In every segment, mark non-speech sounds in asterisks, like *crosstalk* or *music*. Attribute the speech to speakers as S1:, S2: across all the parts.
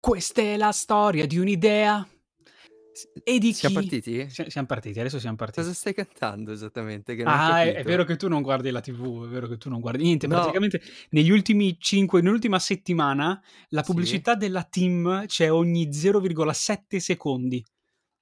S1: Questa è la storia di un'idea.
S2: S
S1: E di
S2: siam
S1: chi?
S2: partiti?
S1: Sia siam partiti, adesso siam partiti.
S2: Cosa stai cantando esattamente? Che non ho
S1: Ah, è è vero
S2: capito.
S1: che tu non guardi la TV, è vero che tu non guardi niente.
S2: No.
S1: Praticamente negli ultimi 5 nell'ultima settimana la
S2: Sì.
S1: pubblicità della TIM c'è ogni 0,7 secondi.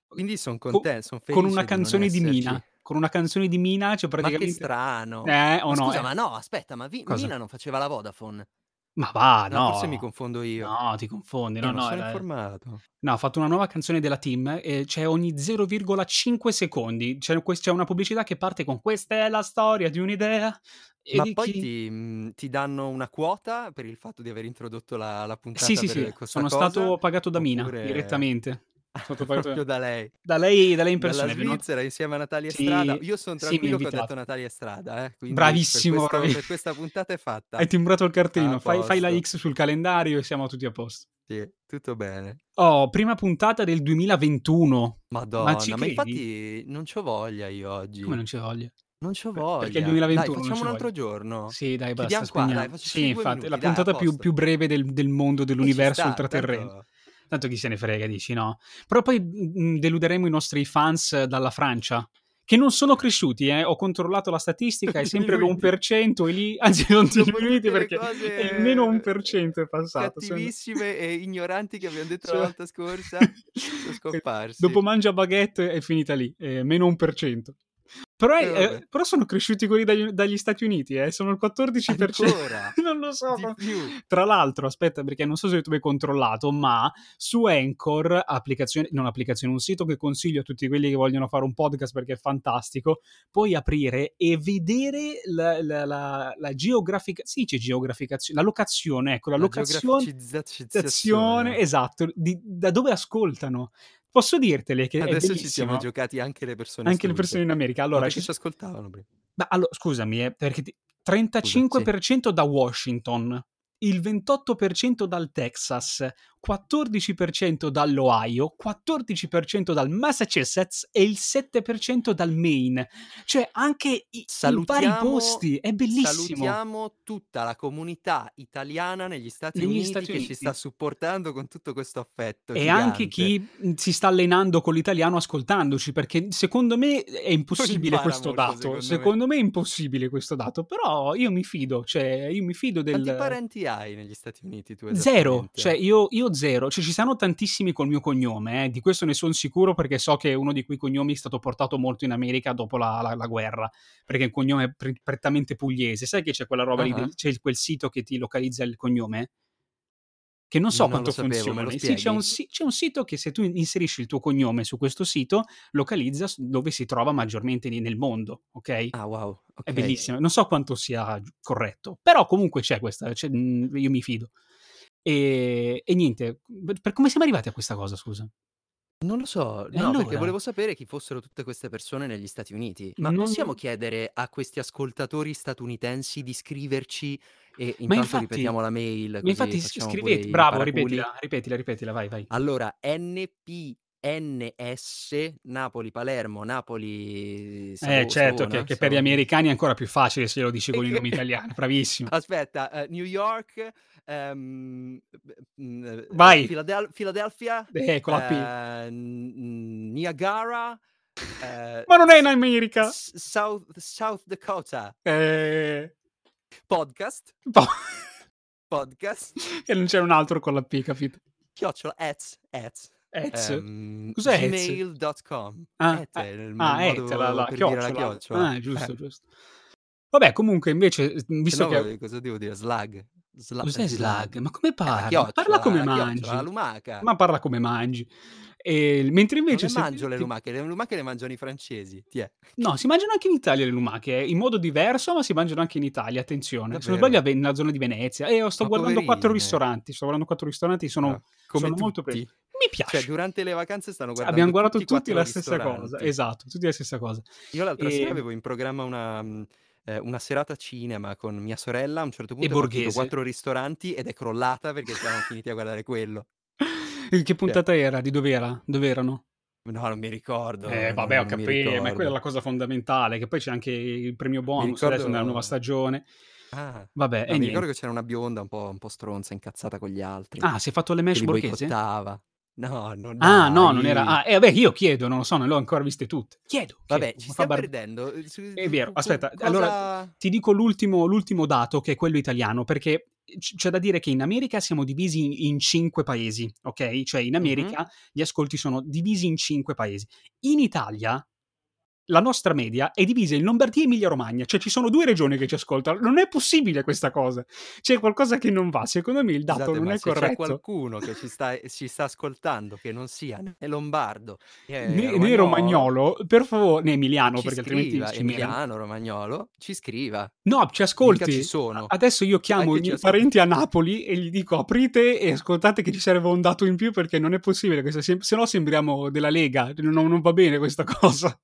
S2: Quindi son
S1: Co
S2: conten son
S1: con una
S2: felice di non
S1: canzone di Mina.
S2: esserci.
S1: Con una canzone di Mina c'è
S2: Ma che
S1: praticamente
S2: strano.
S1: eh, o
S2: Ma
S1: no,
S2: scusa,
S1: eh.
S2: ma no, aspetta, ma Vi
S1: Cosa?
S2: Mina non faceva la Vodafone?
S1: Ma va,
S2: No, forse mi
S1: no.
S2: confondo io.
S1: No, ti confondi.
S2: Eh,
S1: No,
S2: non
S1: no,
S2: sono
S1: era
S2: informato.
S1: no, ha fatto una nuova canzone della TIM e c'è ogni 0,5 secondi. C'è ques c'è una pubblicità che parte con: "Questa è la storia di un'idea e
S2: Ma
S1: di
S2: poi
S1: chi"
S2: ti mhmm, ti danno una quota per il fatto di aver introdotto la la
S1: Eh, Sì,
S2: puntata
S1: sì, sì,
S2: per questa
S1: sono
S2: cosa,
S1: stato pagato da Mina
S2: oppure
S1: direttamente. Sono stato pagato
S2: *laughs* proprio da lei.
S1: da lei da lei in
S2: Dalla
S1: persona, è venuta
S2: Svizzera insieme a Natalia Estrada.
S1: Sì,
S2: Io son
S1: sì, mi ha
S2: tranquillo che ho detto
S1: invitato.
S2: Natalia Estrada, eh, quindi per
S1: Bravissimo,
S2: questo
S1: bravi
S2: per questa puntata è fatta.
S1: Hai timbrato il
S2: A
S1: cartellino, fai fai la
S2: posto.
S1: X sul calendario e siamo tutti a posto.
S2: Sì, tutto bene.
S1: Oh, prima puntata del 2021. Ma ci
S2: Madonna, ma
S1: credi?
S2: infatti non c'ho voglia io
S1: Come
S2: oggi.
S1: non c'è voglia?
S2: Non c'ho
S1: Per perché il
S2: voglia. Dai,
S1: 2021 non
S2: facciamo
S1: c'è
S2: un
S1: voglia.
S2: altro giorno.
S1: Sì, dai, basta,
S2: Chiudiam qua, dai,
S1: spegniamo.
S2: facciamoci
S1: Sì,
S2: 2
S1: infatti, è la
S2: minuti, dai, a
S1: puntata più
S2: posto.
S1: più breve del del mondo,
S2: E ci
S1: dell'universo
S2: sta,
S1: ultraterrene.
S2: tanto
S1: Tanto chi se ne frega, dici, no? Però poi, mhmm, deluderemo i nostri fans dalla Francia, che non sono cresciuti, eh. Ho controllato la statistica, è sempre l'un
S2: Diminuiti.
S1: per cento e lì anzi non
S2: Dopo
S1: diminuiti
S2: tutte le
S1: perché è il meno un per
S2: cose
S1: cento è passato. Son
S2: cattivissime e ignoranti che abbiam detto
S1: *laughs* cioè
S2: la volta
S1: *laughs*
S2: scorsa, son
S1: dopo
S2: scomparsi.
S1: Mangia Baguette è finita lì, ehm, meno 1%. Però
S2: E
S1: è
S2: Eh, vabbè.
S1: ehm, però sono cresciuti quelli dagli dagli Stati Uniti, eh, sono il 14%
S2: Ancora?
S1: *laughs* non lo so.
S2: Di più.
S1: Tra l'altro, aspetta, perché non so se tu hai controllato, ma su Anchor, applicazione non applicazione, un sito che consiglio a tutti quelli che vogliono fare un podcast perché è fantastico, puoi aprire e vedere la la la la geografica si dice geograficazio la locazione, ecco, la
S2: La
S1: locazion
S2: geograficizzazione.
S1: zazione esatto, di da dove ascoltano. Posso dirtele che è
S2: Adesso ci siamo
S1: bellissima
S2: giocati anche le persone
S1: anche le persone
S2: stupide.
S1: in America.
S2: Ma
S1: Allora
S2: perché
S1: ci s
S2: ci ascoltavano pri
S1: Ma allo scusami, eh, perché ti
S2: Scusa,
S1: trentacinque
S2: sì.
S1: per cento da Washington, il 28% dal Texas, 14% dall'Ohio, 14% dal Massachusetts e il 7% dal Maine. Cioè anche i in vari
S2: Salutiamo
S1: posti, è bellissimo.
S2: salutiamo tutta la comunità italiana negli Stati
S1: Negli
S2: Uniti
S1: Stati
S2: che ci sta
S1: Uniti.
S2: supportando con tutto questo affetto
S1: E anche
S2: gigante.
S1: chi, mhmm, si sta allenando con l'italiano ascoltandoci, perché secondo me è
S2: Non
S1: impossibile
S2: impara
S1: questo
S2: molto
S1: dato.
S2: secondo me.
S1: Secondo me è impossibile questo dato, però io mi fido, cioè io mi fido
S2: Quanti
S1: del
S2: parenti hai negli Stati Uniti tu
S1: 0, cioè
S2: esattamente?
S1: io io 0. Cioè ci saranno tantissimi col mio cognome, eh, di questo ne son sicuro perché so che uno di quei cognomi è stato portato molto in America dopo la la la guerra, perché è un cognome pre prettamente pugliese. Sai che c'è quella roba lì
S2: Ah-ah.
S1: del c'è quel sito che ti localizza il cognome? Che non so
S2: Non lo
S1: quanto
S2: sapevo, me lo
S1: funzioni. Sì, c'è un
S2: spieghi?
S1: si c'è un sito che se tu inserisci il tuo cognome su questo sito, localizza s dove si trova maggiormente ne nel mondo, okay?
S2: Ah wow,
S1: È
S2: okay.
S1: bellissimo. Non so quanto sia g corretto, però comunque c'è questa c'è mhmm, io mi fido. Ehm, e niente, per per come siamo arrivati a questa cosa, scusa?
S2: Non lo so,
S1: E
S2: no, perché
S1: allora?
S2: volevo sapere chi fossero tutte queste persone negli Stati Uniti. Ma possiamo
S1: Non
S2: chiedere a questi ascoltatori statunitensi di scriverci e
S1: Ma
S2: intanto
S1: infatti
S2: ripetiamo la mail
S1: ma
S2: così
S1: infatti s
S2: facciamo pure
S1: scrivet
S2: i
S1: bravo,
S2: paraculi?
S1: ripetila, ripetila, ripetila, vai, vai.
S2: Allora NPNS, Napoli Palermo, Napoli
S1: Eh
S2: Savo
S1: certo, che
S2: Savona?
S1: che per gli
S2: Savo
S1: americani è ancora più facile se lo dici
S2: E
S1: con i
S2: che
S1: nomi italiani,
S2: *laughs*
S1: bravissimo.
S2: aspetta, ehm, New York, ehm, b mhmm, ehm,
S1: Vai.
S2: Philadel Philadelphia,
S1: Eh, con la P.
S2: ehm, n Niagara, ehm,
S1: Ma non è in
S2: s
S1: America.
S2: s South South Dakota.
S1: Eh.
S2: Podcast
S1: Po
S2: podcast
S1: *laughs*
S2: *laughs*
S1: E non c'è un altro con la P, capito?
S2: chiocciola at at,
S1: Etz?
S2: ehm,
S1: Cos'è Etz?
S2: gmail.com.
S1: Ah,
S2: Et
S1: ah,
S2: è il mo il
S1: ah, et la
S2: modo
S1: la
S2: per dire
S1: chiocciola.
S2: la chiocciola.
S1: Ah,
S2: Eh.
S1: giusto, giusto. Vabbè comunque invece, mhmm,
S2: Se
S1: visto
S2: no
S1: che av
S2: v eh, cosa devo dire? Slag? Sla
S1: Cos'è
S2: slag.
S1: slag? Ma come
S2: È la
S1: parla? Parla
S2: chiocciola,
S1: come
S2: la chiocciola, la
S1: mangi.
S2: lumaca.
S1: Ma parla come mangi. Ehm, mentre
S2: Non
S1: invece
S2: le
S1: se
S2: mangio
S1: ti
S2: le
S1: ti
S2: lumache, le lumache le mangiano i francesi. Tiè.
S1: No, si mangiano anche in Italia le lumache, eh, in modo diverso, ma si mangiano anche in Italia, attenzione. Se non sbaglio a
S2: Davvero?
S1: Ve nella zona di Venezia. Eh, o sto
S2: Ma
S1: guardando 4
S2: poverine.
S1: ristoranti, sto guardando 4 ristoranti, sono
S2: Ah, come
S1: sono molto pre
S2: tutti.
S1: mi
S2: Cioè
S1: piace.
S2: durante le vacanze stanno
S1: Abbiam
S2: guardando
S1: guardato
S2: tutti
S1: tutti
S2: 4
S1: la stessa cosa,
S2: ristoranti.
S1: esatto, tutti la stessa cosa.
S2: Io l'altra sera
S1: Ehm
S2: avevo in programma una mhmm, ehm, una serata cinema con mia sorella, a un certo
S1: E
S2: punto è partito
S1: borghese.
S2: 4 ristoranti ed è crollata perché siamo finiti a guardare quello.
S1: E che
S2: Cioè
S1: puntata era? Di dov'era? Dov'erano?
S2: No, non mi
S1: Eh
S2: ricordo, non
S1: vabbè, ho
S2: non
S1: capi
S2: mi
S1: ma è quella
S2: ricordo.
S1: la cosa fondamentale, che poi c'è anche il premio
S2: Mi
S1: bonus adesso nella nuova
S2: ricordo
S1: stagione.
S2: Ah.
S1: Vabbè,
S2: No,
S1: e
S2: mi ricordo
S1: Eh, niente.
S2: che c'era una bionda un po', un po' stronza, incazzata con gli altri,
S1: Ah, si è fatto le
S2: che
S1: mesh
S2: li
S1: borghese?
S2: boicottava. No, no,
S1: Ah, no, non era.
S2: dai.
S1: Ah, eh, beh, io chiedo, non lo so, non le ho ancora viste tutte. Chiedo.
S2: Vabbè,
S1: chiedo,
S2: ci
S1: mi fa
S2: stiamo
S1: bar-
S2: perdendo. eh, su-
S1: È vero,
S2: co-
S1: aspetta,
S2: cosa-
S1: allora- Ti dico l'ultimo, l'ultimo dato, che è quello italiano, perché c- c'è da dire che in America siamo divisi in, in cinque paesi, ok? Cioè
S2: Mhm.
S1: in America gli ascolti sono divisi in cinque paesi. In Italia la nostra media è divisa in Lombardia e Emilia-Romagna, cioè ci sono due regioni che ci ascoltano. Non è possibile questa cosa. C'è qualcosa che non va. Secondo me il dato
S2: Scusate,
S1: non
S2: Esatto, ma
S1: è
S2: se c'è
S1: corretto.
S2: qualcuno che ci sta, eh, ci sta ascoltando che non sia né lombardo né,
S1: Né, né
S2: romagnolo,
S1: romagnolo, per favore, né emiliano,
S2: ci
S1: perché altrimenti
S2: scriva,
S1: ci menano.
S2: Emiliano, romagnolo, ci scriva,
S1: No, ci
S2: dica
S1: ascolti.
S2: ci sono.
S1: Adesso io chiamo
S2: Anche
S1: i
S2: ci
S1: miei
S2: ascolta.
S1: parenti a Napoli e gli dico aprite e ascoltate che ci serve un dato in più perché non è possibile, questo sem- se no sembriamo della Lega, non, non va bene questa cosa.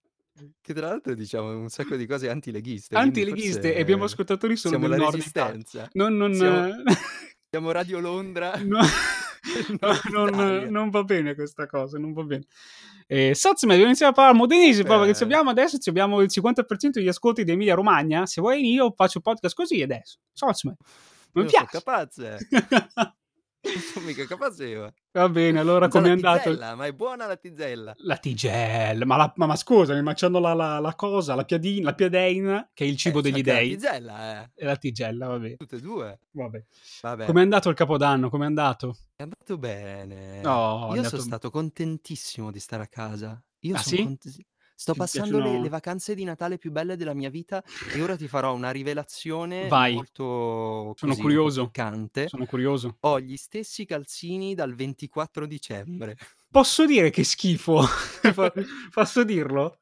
S2: Che tra l'altro diciamo un sacco di cose antileghiste. quindi
S1: Antileghiste
S2: forse
S1: e abbiamo ascoltatori solo
S2: Siamo la
S1: del nord Italia.
S2: resistenza.
S1: Non, *laughs* non,
S2: Siamo-
S1: eh,
S2: Siamo Radio Londra. *laughs*
S1: no,
S2: del
S1: no,
S2: nord
S1: non,
S2: Italia.
S1: non va bene questa cosa, non va bene. Eh, Sazma, dobbiamo iniziare a parlare modenese, proprio perché ci
S2: Eh.
S1: abbiamo adesso ci abbiamo il 50% degli ascolti di Emilia Romagna, se vuoi io faccio podcast così adesso. Sazma, non
S2: Io sono
S1: piace.
S2: capace. Non sono mica capace io.
S1: *laughs* Va bene, allora
S2: Usa
S1: come è
S2: la
S1: andato?
S2: tizzella, ma è buona la tizzella.
S1: La tigella, ma, la, ma, ma scusami, ma c'hanno la, la, la cosa, la, piadina, la piadein, che è il cibo
S2: Eh, c'è
S1: degli
S2: anche la
S1: dei,
S2: tizzella, eh.
S1: e la tigella, vabbè.
S2: Tutte e due.
S1: vabbè.
S2: Vabbè.
S1: Com'è andato il Capodanno? Com'è andato?
S2: È andato bene.
S1: No, è
S2: Eh, Io sono
S1: andato...
S2: stato contentissimo di stare a casa. Io
S1: Ah,
S2: sono
S1: sì?
S2: contenti- Sto
S1: Ti
S2: passando le, le
S1: piacciono...
S2: vacanze di Natale più belle della mia vita e ora ti farò una rivelazione
S1: Vai,
S2: molto
S1: sono
S2: così, un po'
S1: curioso,
S2: piccante.
S1: sono curioso.
S2: Ho gli stessi calzini dal 24 dicembre.
S1: Posso dire che
S2: *laughs*
S1: schifo? Po- Posso dirlo?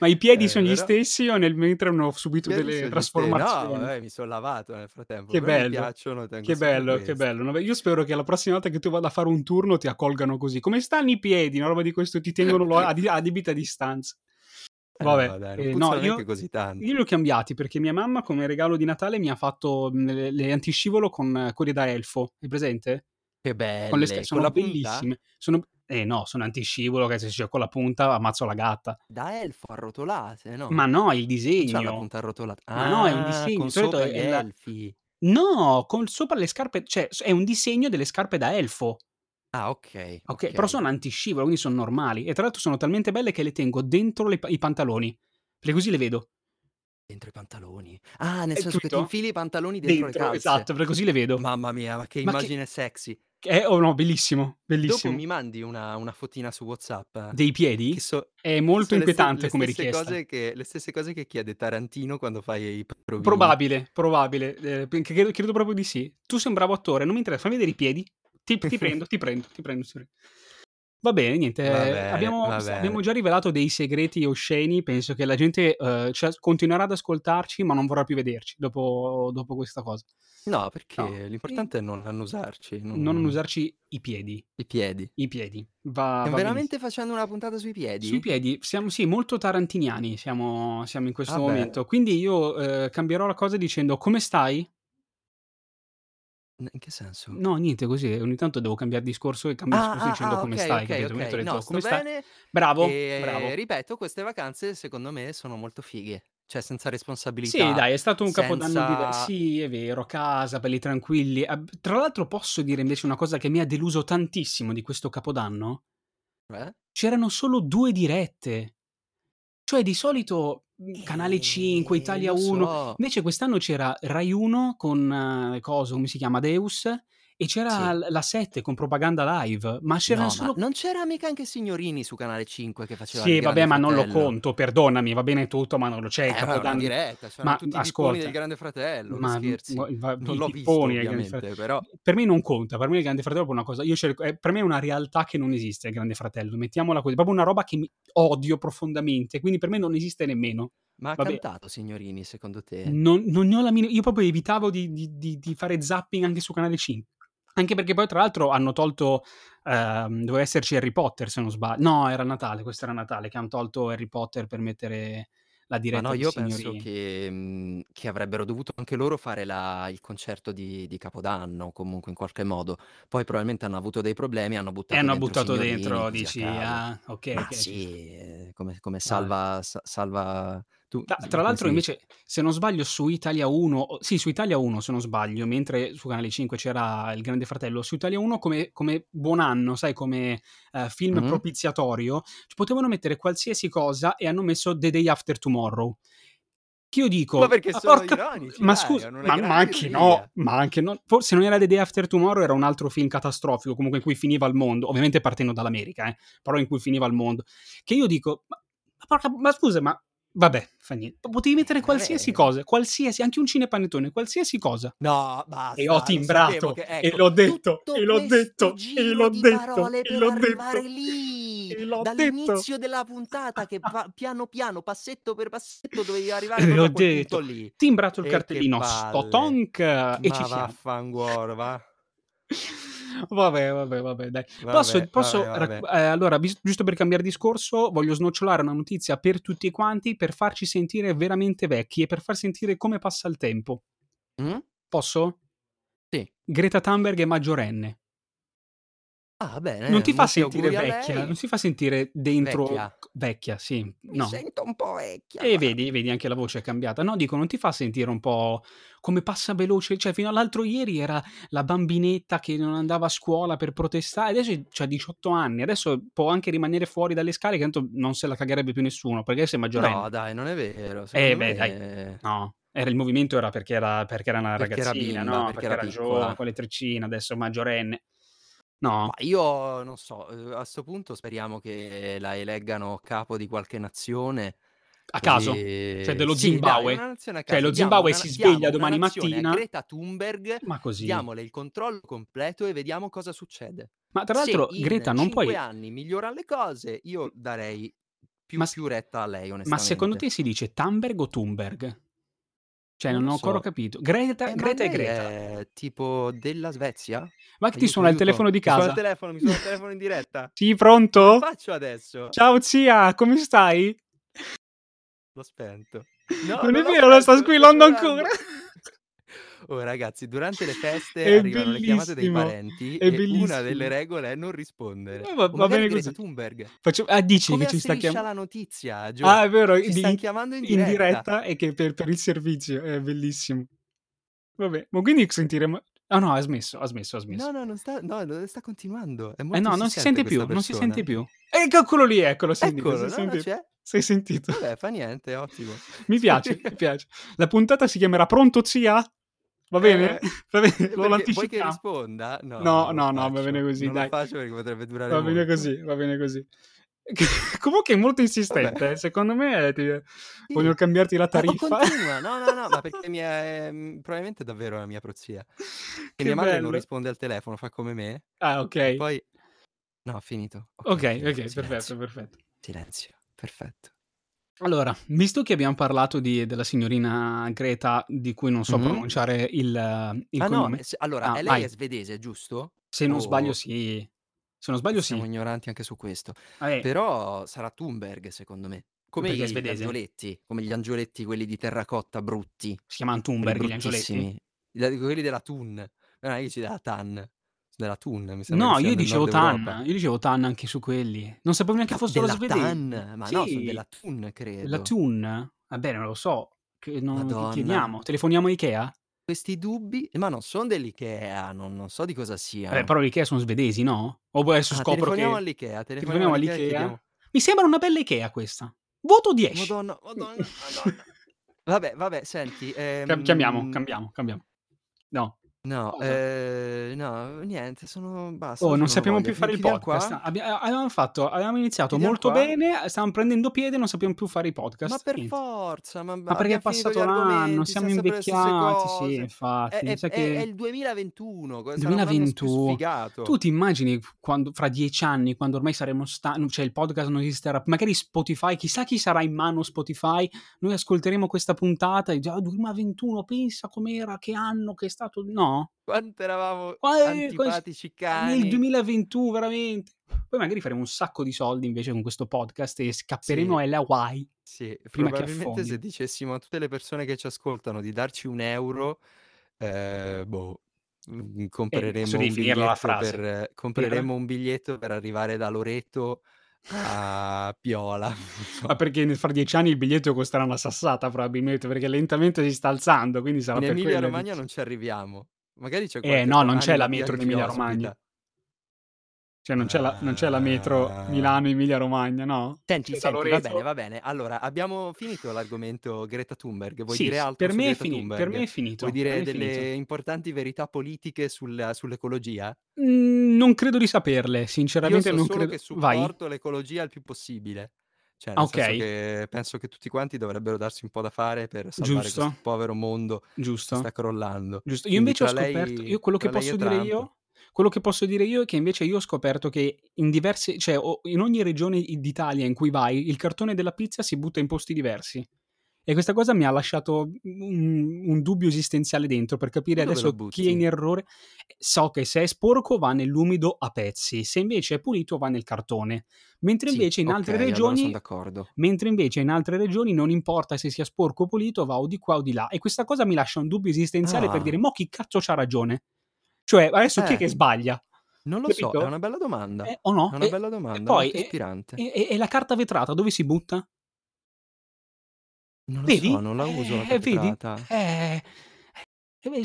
S1: Ma i piedi
S2: Eh,
S1: sono gli
S2: però...
S1: stessi o nel mentre hanno subito
S2: Ieri
S1: delle
S2: sono gli ste- No,
S1: trasformazioni?
S2: eh, mi sono lavato nel frattempo,
S1: Che
S2: però mi
S1: bello,
S2: piacciono, tengo
S1: che
S2: sempre
S1: bello, che
S2: questi.
S1: bello. No, beh, Io spero che la prossima volta che tu vada a fare un turno ti accolgano così. Come stanno i piedi? Una roba di questo, ti tengono
S2: *laughs*
S1: lo- a, di- a debita distanza.
S2: Eh, no,
S1: Vabbè,
S2: dai,
S1: eh,
S2: non
S1: no,
S2: puzzano neanche
S1: io,
S2: così tanto.
S1: io li ho cambiati perché mia mamma come regalo di Natale mi ha fatto mh, le, le antiscivolo con eh, quelle da elfo. Hai presente?
S2: Che
S1: Con le sche-
S2: belle, con
S1: sono
S2: la punta
S1: bellissime. Sono... Eh no, sono antiscivolo che se c'è con la punta ammazzo la gatta.
S2: da elfo arrotolate, no?
S1: Ma no, il
S2: Non c'ha la
S1: disegno.
S2: punta arrotolata.
S1: Ma no, è un
S2: Ah,
S1: disegno.
S2: con
S1: Di solito
S2: sopra
S1: è
S2: gli
S1: è la,
S2: elfi.
S1: No, con sopra le scarpe, cioè s- è un disegno delle scarpe da elfo,
S2: Ah, ok,
S1: ok? Però
S2: ok.
S1: sono antiscivolo, quindi sono normali. E tra l'altro sono talmente belle che le tengo dentro le pa- i pantaloni, perché così le vedo.
S2: Dentro i pantaloni. Ah, nel
S1: È
S2: senso che ti
S1: capito?
S2: infili i pantaloni dentro le
S1: Dentro,
S2: calze.
S1: esatto, perché così le vedo.
S2: Mamma mia, ma che
S1: Ma che...
S2: immagine sexy.
S1: Eh, oh no, bellissimo,
S2: Dopo
S1: bellissimo.
S2: mi mandi una, una fotina su WhatsApp. eh?
S1: Dei
S2: Che,
S1: piedi?
S2: so-
S1: È
S2: che
S1: molto
S2: sono le, ste-
S1: inquietante
S2: le
S1: come
S2: stesse
S1: richiesta.
S2: cose che, le stesse cose che chiede Tarantino quando fai i provini.
S1: Probabile, probabile, eh, perché credo, credo proprio di sì. Tu sei un bravo attore, non mi interessa, fammi vedere i piedi.
S2: *laughs*
S1: Ti, ti prendo, ti prendo, ti prendo, ti prendo. Va bene, niente,
S2: Va
S1: eh,
S2: bene,
S1: abbiamo,
S2: va
S1: abbiamo
S2: bene.
S1: già rivelato dei segreti osceni, penso che la gente eh, ci as- continuerà ad ascoltarci ma non vorrà più vederci dopo, dopo questa cosa.
S2: No,
S1: No,
S2: perché
S1: e
S2: l'importante è non annusarci,
S1: non
S2: non...
S1: usarci i piedi,
S2: i piedi.
S1: i piedi, va,
S2: Stiamo
S1: va benissimo.
S2: veramente facendo una puntata sui
S1: Sui
S2: piedi?
S1: piedi, siamo sì, molto tarantiniani siamo, siamo in questo
S2: Vabbè,
S1: momento, quindi io eh, cambierò la cosa dicendo come stai?
S2: n- in che senso?
S1: No, niente, così eh, ogni tanto devo cambiare discorso e cambio
S2: Ah,
S1: discorso dicendo
S2: ah, ah,
S1: come
S2: ok,
S1: stai,
S2: ok,
S1: capito?
S2: ok.
S1: Mi metto ho
S2: No,
S1: detto
S2: sto
S1: come stai?
S2: bene.
S1: Bravo,
S2: E
S1: bravo.
S2: ripeto, queste vacanze secondo me sono molto fighe. Cioè, senza
S1: Sì,
S2: responsabilità,
S1: dai, è stato un capodanno diverso.
S2: senza...
S1: Sì, è vero, a casa, belli tranquilli. Ah, b- Tra l'altro posso dire invece una cosa che mi ha deluso tantissimo di questo capodanno.
S2: Eh?
S1: C'erano solo due dirette. Cioè, di solito mh, Canale 5,
S2: Eh,
S1: Italia
S2: lo
S1: 1,
S2: so.
S1: invece quest'anno c'era Rai 1 con eh, cosa, come si chiama, Deus, e c'era
S2: Sì.
S1: l- la 7 con Propaganda Live, ma c'erano
S2: No, ma
S1: solo
S2: non c'era mica anche Signorini su Canale 5 che faceva il
S1: Sì, vabbè, ma
S2: Grande
S1: non lo
S2: Fratello?
S1: conto, perdonami, va bene tutto, ma non lo c'è il
S2: Eh, ma è una
S1: Capodanno.
S2: diretta, c'erano
S1: Ma
S2: tutti i pipponi del
S1: ascolta,
S2: Grande Fratello, che
S1: ma mh,
S2: scherzi.
S1: va-
S2: Non
S1: i eh,
S2: l'ho visto,
S1: pipponi del Grande Fratello.
S2: ovviamente, però...
S1: Per me non conta, per me il Grande Fratello è proprio una cosa. Io cerco, eh, per me è una realtà che non esiste il Grande Fratello, mettiamola così, proprio una roba che mi odio profondamente, quindi per me non esiste nemmeno.
S2: Ma ha
S1: Vabbè,
S2: cantato Signorini, secondo te?
S1: non, non ne ho la minima. Io proprio evitavo di, di- di- di fare zapping anche su Canale 5. Anche perché poi, tra l'altro, hanno tolto. ehm, doveva esserci Harry Potter, se non sbaglio. No, era Natale, questo era Natale, che hanno tolto Harry Potter per mettere la
S2: Ma
S1: diretta
S2: no,
S1: di
S2: io penso
S1: signorini.
S2: che, mm, che avrebbero dovuto anche loro fare la- il concerto di, di Capodanno, comunque in qualche modo. Poi probabilmente hanno avuto dei problemi, hanno
S1: E
S2: buttato
S1: hanno
S2: dentro
S1: buttato
S2: Signorini
S1: dentro,
S2: così a
S1: dici,
S2: caso.
S1: ah, ok,
S2: Ma
S1: ok, ci sta.
S2: sì, eh, come, come
S1: Vabbè.
S2: salva, sa- salva Tu,
S1: Tra, tra
S2: come
S1: l'altro,
S2: sei-
S1: invece, se non sbaglio, su Italia 1, o- sì, su Italia 1, se non sbaglio, mentre su Canale 5 c'era Il Grande Fratello, su Italia 1 come, come buon anno, sai, come eh, film
S2: Mhm.
S1: propiziatorio, ci potevano mettere qualsiasi cosa e hanno messo The Day After Tomorrow. Che io dico,
S2: Ma perché
S1: "Ah,
S2: sono
S1: porca-
S2: ironici,
S1: ma
S2: dai,
S1: scusa,
S2: hanno una
S1: ma,
S2: grande
S1: ma anche no,
S2: ironia.
S1: ma anche no. Forse non era The Day After Tomorrow, era un altro film catastrofico, comunque in cui finiva il mondo, ovviamente partendo dall'America, eh, però in cui finiva il mondo. Che io dico, ma, ma porca- ma scusa, ma vabbè, fa niente. Potevi mettere
S2: Eh,
S1: qualsiasi
S2: vabbè.
S1: cosa, qualsiasi, anche un cinepanettone, qualsiasi cosa.
S2: No, basta.
S1: E ho
S2: lo
S1: timbrato,
S2: sapevo che-
S1: e
S2: ecco,
S1: l'ho detto,
S2: tutto
S1: e l'ho
S2: questo
S1: detto, e
S2: giro
S1: l'ho
S2: di
S1: detto,
S2: parole
S1: e
S2: per
S1: l'ho
S2: arrivare
S1: detto,
S2: lì.
S1: e l'ho detto.
S2: Dall'inizio della puntata che
S1: *laughs*
S2: va piano piano, passetto per passetto, dovevi arrivare
S1: L'ho
S2: proprio a quel punto
S1: detto,
S2: lì.
S1: timbrato il
S2: E che
S1: cartellino, sto
S2: palle.
S1: tonk, e ci siamo.
S2: Ma
S1: *laughs*
S2: vaffanguoro, va.
S1: Vabbè, vabbè, vabbè, dai. Posso,
S2: Vabbè,
S1: posso
S2: vabbè,
S1: racc-
S2: vabbè.
S1: eh, allora, vis- giusto per cambiare discorso, voglio snocciolare una notizia per tutti quanti per farci sentire veramente vecchi e per far sentire come passa il tempo.
S2: Mm?
S1: Posso?
S2: Sì.
S1: Greta Thunberg è maggiorenne.
S2: Ah, bene.
S1: Non ti fa
S2: Molti
S1: sentire
S2: auguri a
S1: vecchia, non
S2: lei.
S1: si fa sentire dentro
S2: Vecchia.
S1: vecchia, sì,
S2: Mi
S1: no.
S2: sento un po' vecchia,
S1: E
S2: guarda.
S1: vedi, vedi anche la voce è cambiata. No, dico, non ti fa sentire un po' come passa veloce? Cioè, fino all'altro ieri era la bambinetta che non andava a scuola per protestare, adesso ha 18 anni, adesso può anche rimanere fuori dalle scale, che tanto non se la cagherebbe più nessuno, perché sei
S2: No,
S1: maggiorenne.
S2: dai, non è vero.
S1: Eh,
S2: Secondo
S1: beh, dai,
S2: me...
S1: no. Era, il movimento era perché era, perché era una
S2: Perché era
S1: ragazzina,
S2: bimba,
S1: no?
S2: perché
S1: Perché
S2: era
S1: era giovane,
S2: piccola.
S1: con le treccine, adesso è maggiorenne. No.
S2: Ma io non so, eh, a sto punto speriamo che la eleggano capo di qualche nazione,
S1: a caso, cioè
S2: così...
S1: dello
S2: Sì, dai,
S1: Zimbabwe.
S2: una nazione a
S1: Cioè
S2: caso.
S1: lo
S2: Diamo
S1: Zimbabwe
S2: una,
S1: si
S2: na- diamo
S1: sveglia
S2: una
S1: domani
S2: nazione a
S1: mattina,
S2: Greta Thunberg,
S1: ma così.
S2: diamole il controllo completo e vediamo cosa succede.
S1: Ma tra
S2: Se
S1: l'altro
S2: in
S1: Greta non
S2: cinque
S1: puoi...
S2: anni migliorano le cose, io darei
S1: Ma,
S2: più, più retta a lei,
S1: ma secondo
S2: onestamente.
S1: te si dice Thunberg o Thunberg? Cioè
S2: Non
S1: non
S2: lo
S1: ho ancora
S2: so.
S1: capito. Greta,
S2: Eh, ma
S1: Greta è
S2: lei
S1: Greta.
S2: è tipo della Svezia?
S1: Ma che ti
S2: Aiuto,
S1: suona il telefono
S2: aiuto.
S1: di
S2: Mi suona il
S1: casa?
S2: telefono, mi suona il telefono
S1: *laughs*
S2: in diretta.
S1: sì,
S2: Che
S1: pronto?
S2: faccio adesso?
S1: Ciao zia, come stai? *laughs*
S2: L'ho spento. No,
S1: Non
S2: non
S1: è
S2: l'ho
S1: vero, lo sto
S2: spento, lo sto
S1: squillando ancora.
S2: ignorando. Oh, ragazzi, durante le feste
S1: è
S2: arrivano le chiamate dei
S1: bellissimo,
S2: parenti
S1: è
S2: e una delle
S1: bellissimo.
S2: regole è non rispondere.
S1: Eh, Va,
S2: O
S1: va
S2: magari
S1: bene
S2: Greta
S1: così.
S2: Thunberg.
S1: Faccio- Ah, dici
S2: Come
S1: che
S2: a
S1: ci sta
S2: striscia
S1: chiamando?
S2: la notizia, Gio.
S1: Ah, è vero,
S2: Ci stanno
S1: di-
S2: chiamando in
S1: in
S2: diretta.
S1: diretta e che per, per il servizio è bellissimo. Vabbè, ma quindi sentiremo... Ah no, ha smesso, ha smesso, ha
S2: No,
S1: smesso.
S2: no, non sta, no, no, sta continuando.
S1: Eh
S2: È molto
S1: no, non si
S2: insistente
S1: sente
S2: questa
S1: più, non si sente
S2: persona.
S1: più. Ecco, eccolo lì, eccolo, sentito, si
S2: Eccolo,
S1: è
S2: no, no,
S1: sentito. *laughs*
S2: c'è.
S1: Si è sentito.
S2: Vabbè, fa niente,
S1: *laughs*
S2: ottimo.
S1: Mi piace, mi piace. La puntata si chiamerà Pronto zia? Va bene?
S2: Eh,
S1: Va bene, lo
S2: perché vuoi che
S1: anticipiamo.
S2: risponda? No,
S1: No,
S2: non lo
S1: no, no, va bene
S2: faccio.
S1: così,
S2: Non lo
S1: dai.
S2: faccio perché potrebbe durare
S1: Va bene
S2: molto.
S1: così, va bene così. Comunque è molto
S2: Vabbè,
S1: insistente, eh. secondo me eh, ti- vogliono
S2: sì.
S1: cambiarti la
S2: Ah, o
S1: tariffa.
S2: continua, no,
S1: *laughs*
S2: no, no, ma perché mia, ehm, probabilmente è davvero la mia prozia. Che
S1: che
S2: mia madre non
S1: bello.
S2: risponde al telefono, fa come me,
S1: Ah,
S2: e
S1: ok.
S2: poi... No, ho finito. Ok,
S1: Ok,
S2: ho finito.
S1: ok, perfetto,
S2: Silenzio,
S1: perfetto.
S2: silenzio, perfetto.
S1: Allora, visto che abbiamo parlato di- della signorina Greta, di cui non so
S2: Mhm.
S1: pronunciare il, eh, il
S2: Ah no,
S1: cognome,
S2: eh, se- allora,
S1: ah,
S2: eh, lei è
S1: vai,
S2: svedese, giusto?
S1: se non sbaglio
S2: O
S1: sì, se non sbaglio
S2: siamo
S1: sì,
S2: ignoranti anche su questo.
S1: eh,
S2: Però sarà Thunberg, secondo me. Come
S1: perché è
S2: gli
S1: svedese,
S2: angioletti, come gli angioletti, quelli di terracotta brutti,
S1: si chiamano
S2: quelli
S1: Thunberg gli angioletti?
S2: bruttissimi, La- quelli della Thun. Non è che ci dà Tan, della Thun, mi sembra che
S1: No, io
S2: siano del
S1: dicevo
S2: nord Europa.
S1: Tan, io dicevo Tan anche su quelli, non sapevo neanche
S2: No,
S1: fossero
S2: della
S1: svedesi,
S2: Tan, ma no, sono
S1: sì,
S2: della Thun,
S1: la
S2: credo.
S1: Thun, va bene, non lo so, che non- che
S2: Madonna,
S1: chiediamo, telefoniamo a Ikea?
S2: questi dubbi, ma non sono dell'IKEA, non, non so di cosa
S1: Vabbè,
S2: siano.
S1: Eh, però l'Ikea sono svedesi, no? O poi adesso
S2: Eh. Ah,
S1: scopro
S2: telefoniamo
S1: che
S2: all'IKEA, telefoniamo
S1: telefoniamo
S2: all'IKEA
S1: all'Ikea?
S2: e chiediamo.
S1: Mi sembra una bella Ikea questa, voto 10.
S2: Madonna,
S1: *laughs*
S2: madonna, madonna. Vabbè, vabbè, senti,
S1: Chiam- Chiamiamo,
S2: ehm,
S1: cambiamo, cambiamo. No.
S2: No,
S1: Cosa?
S2: eh, no, niente, sono, basta,
S1: Oh,
S2: io
S1: non
S2: sono
S1: sappiamo
S2: una voglia.
S1: più
S2: Chi-
S1: fare il
S2: Chiudiamo
S1: podcast.
S2: qua?
S1: Abbi- avevamo, fatto, avevamo iniziato
S2: Chiudiamo
S1: molto
S2: qua?
S1: bene, stavamo prendendo piede, non sappiamo più fare i
S2: Ma
S1: podcast.
S2: per
S1: Niente.
S2: forza, ma
S1: Ma
S2: ma
S1: perché è
S2: abbiamo finito gli
S1: passato l'anno,
S2: argomenti,
S1: siamo
S2: sono sempre le stesse
S1: invecchiati, sì,
S2: cose. È,
S1: infatti. Mi
S2: è-
S1: sa
S2: è- è
S1: che
S2: il 2021, co- sarà un anno più
S1: 2021. Tu
S2: sfigato.
S1: ti immagini quando, fra dieci anni, quando ormai saremo stanchi, cioè il podcast non esisterà, magari Spotify, chissà chi sarà in mano Spotify, noi ascolteremo questa puntata e già "Ah, 2021, pensa com'era, che anno, che è stato... No?
S2: Quanto eravamo
S1: Qua è- qua è-
S2: antipatici
S1: nel
S2: cani.
S1: 2021 veramente poi magari faremo un sacco di soldi invece con questo podcast e scapperemo
S2: Sì,
S1: alle Hawaii
S2: sì,
S1: prima che
S2: probabilmente se
S1: affondino
S2: dicessimo a tutte le persone che ci ascoltano di darci un euro, eh, boh, mm,
S1: e posso
S2: compreremo un
S1: definirla la
S2: biglietto per,
S1: frase
S2: eh,
S1: Dirla.
S2: compreremo un biglietto per arrivare da Loreto a *laughs* Piola.
S1: Ma perché fra dieci anni il biglietto costerà una sassata probabilmente, perché lentamente si sta alzando, quindi sarà
S2: In
S1: per
S2: Emilia
S1: quello.
S2: Romagna non ci arriviamo. Magari c'è
S1: Eh
S2: qualche
S1: no, non c'è
S2: anima
S1: la
S2: di
S1: metro in
S2: anni
S1: Emilia
S2: ospita.
S1: Romagna. Cioè non c'è la, non c'è la metro
S2: Ah.
S1: Milano-Emilia-Romagna, no?
S2: Senti,
S1: Cioè, da
S2: senti, va
S1: Loreto-
S2: bene, va bene. Allora, abbiamo finito l'argomento Greta Thunberg. Vuoi
S1: Sì,
S2: dire altro
S1: per
S2: su
S1: me, è
S2: Greta
S1: fini-
S2: Thunberg?
S1: per me è finito.
S2: Vuoi
S1: per
S2: dire
S1: me è
S2: delle
S1: finito.
S2: importanti verità politiche sulla- sull'ecologia?
S1: Mm, non credo di saperle,
S2: Io
S1: sinceramente
S2: so
S1: non
S2: solo
S1: credo.
S2: che
S1: Vai.
S2: supporto l'ecologia il più possibile. Cioè,
S1: Ah,
S2: nel senso
S1: ok,
S2: che penso che tutti quanti dovrebbero darsi un po' da fare per salvare
S1: giusto,
S2: questo povero mondo che
S1: giusto.
S2: sta crollando.
S1: Giusto. Io
S2: Quindi
S1: invece ho
S2: tra
S1: scoperto,
S2: lei,
S1: io quello che
S2: tra lei e
S1: posso dire
S2: Trump.
S1: io, quello che posso dire io è che invece io ho scoperto che in diverse, cioè o- in ogni regione i- d'Italia in cui vai, il cartone della pizza si butta in posti diversi. E questa cosa mi ha lasciato un, un dubbio esistenziale dentro per capire
S2: Tu dove lo
S1: adesso chi è in
S2: butti?
S1: errore. So che se è sporco va nell'umido a pezzi, se invece è pulito va nel cartone. Mentre
S2: Sì,
S1: invece in
S2: ok,
S1: altre
S2: allora sono
S1: regioni
S2: d'accordo.
S1: mentre invece in altre regioni non importa se sia sporco o pulito, va o di qua o di là. E questa cosa mi lascia un dubbio esistenziale per dire,
S2: Ah,
S1: mo chi cazzo c'ha ragione? Cioè, adesso chi è
S2: eh,
S1: che sbaglia?
S2: non lo so, è
S1: Capito?
S2: una bella domanda.
S1: Eh, o no?
S2: È una
S1: E,
S2: bella
S1: e
S2: domanda,
S1: poi,
S2: molto
S1: e,
S2: ispirante.
S1: e- e la carta vetrata dove si butta?
S2: Non lo so,
S1: Vedi?
S2: non la uso la
S1: Eh, vedi?
S2: capitrata.
S1: Eh, eh,
S2: Ci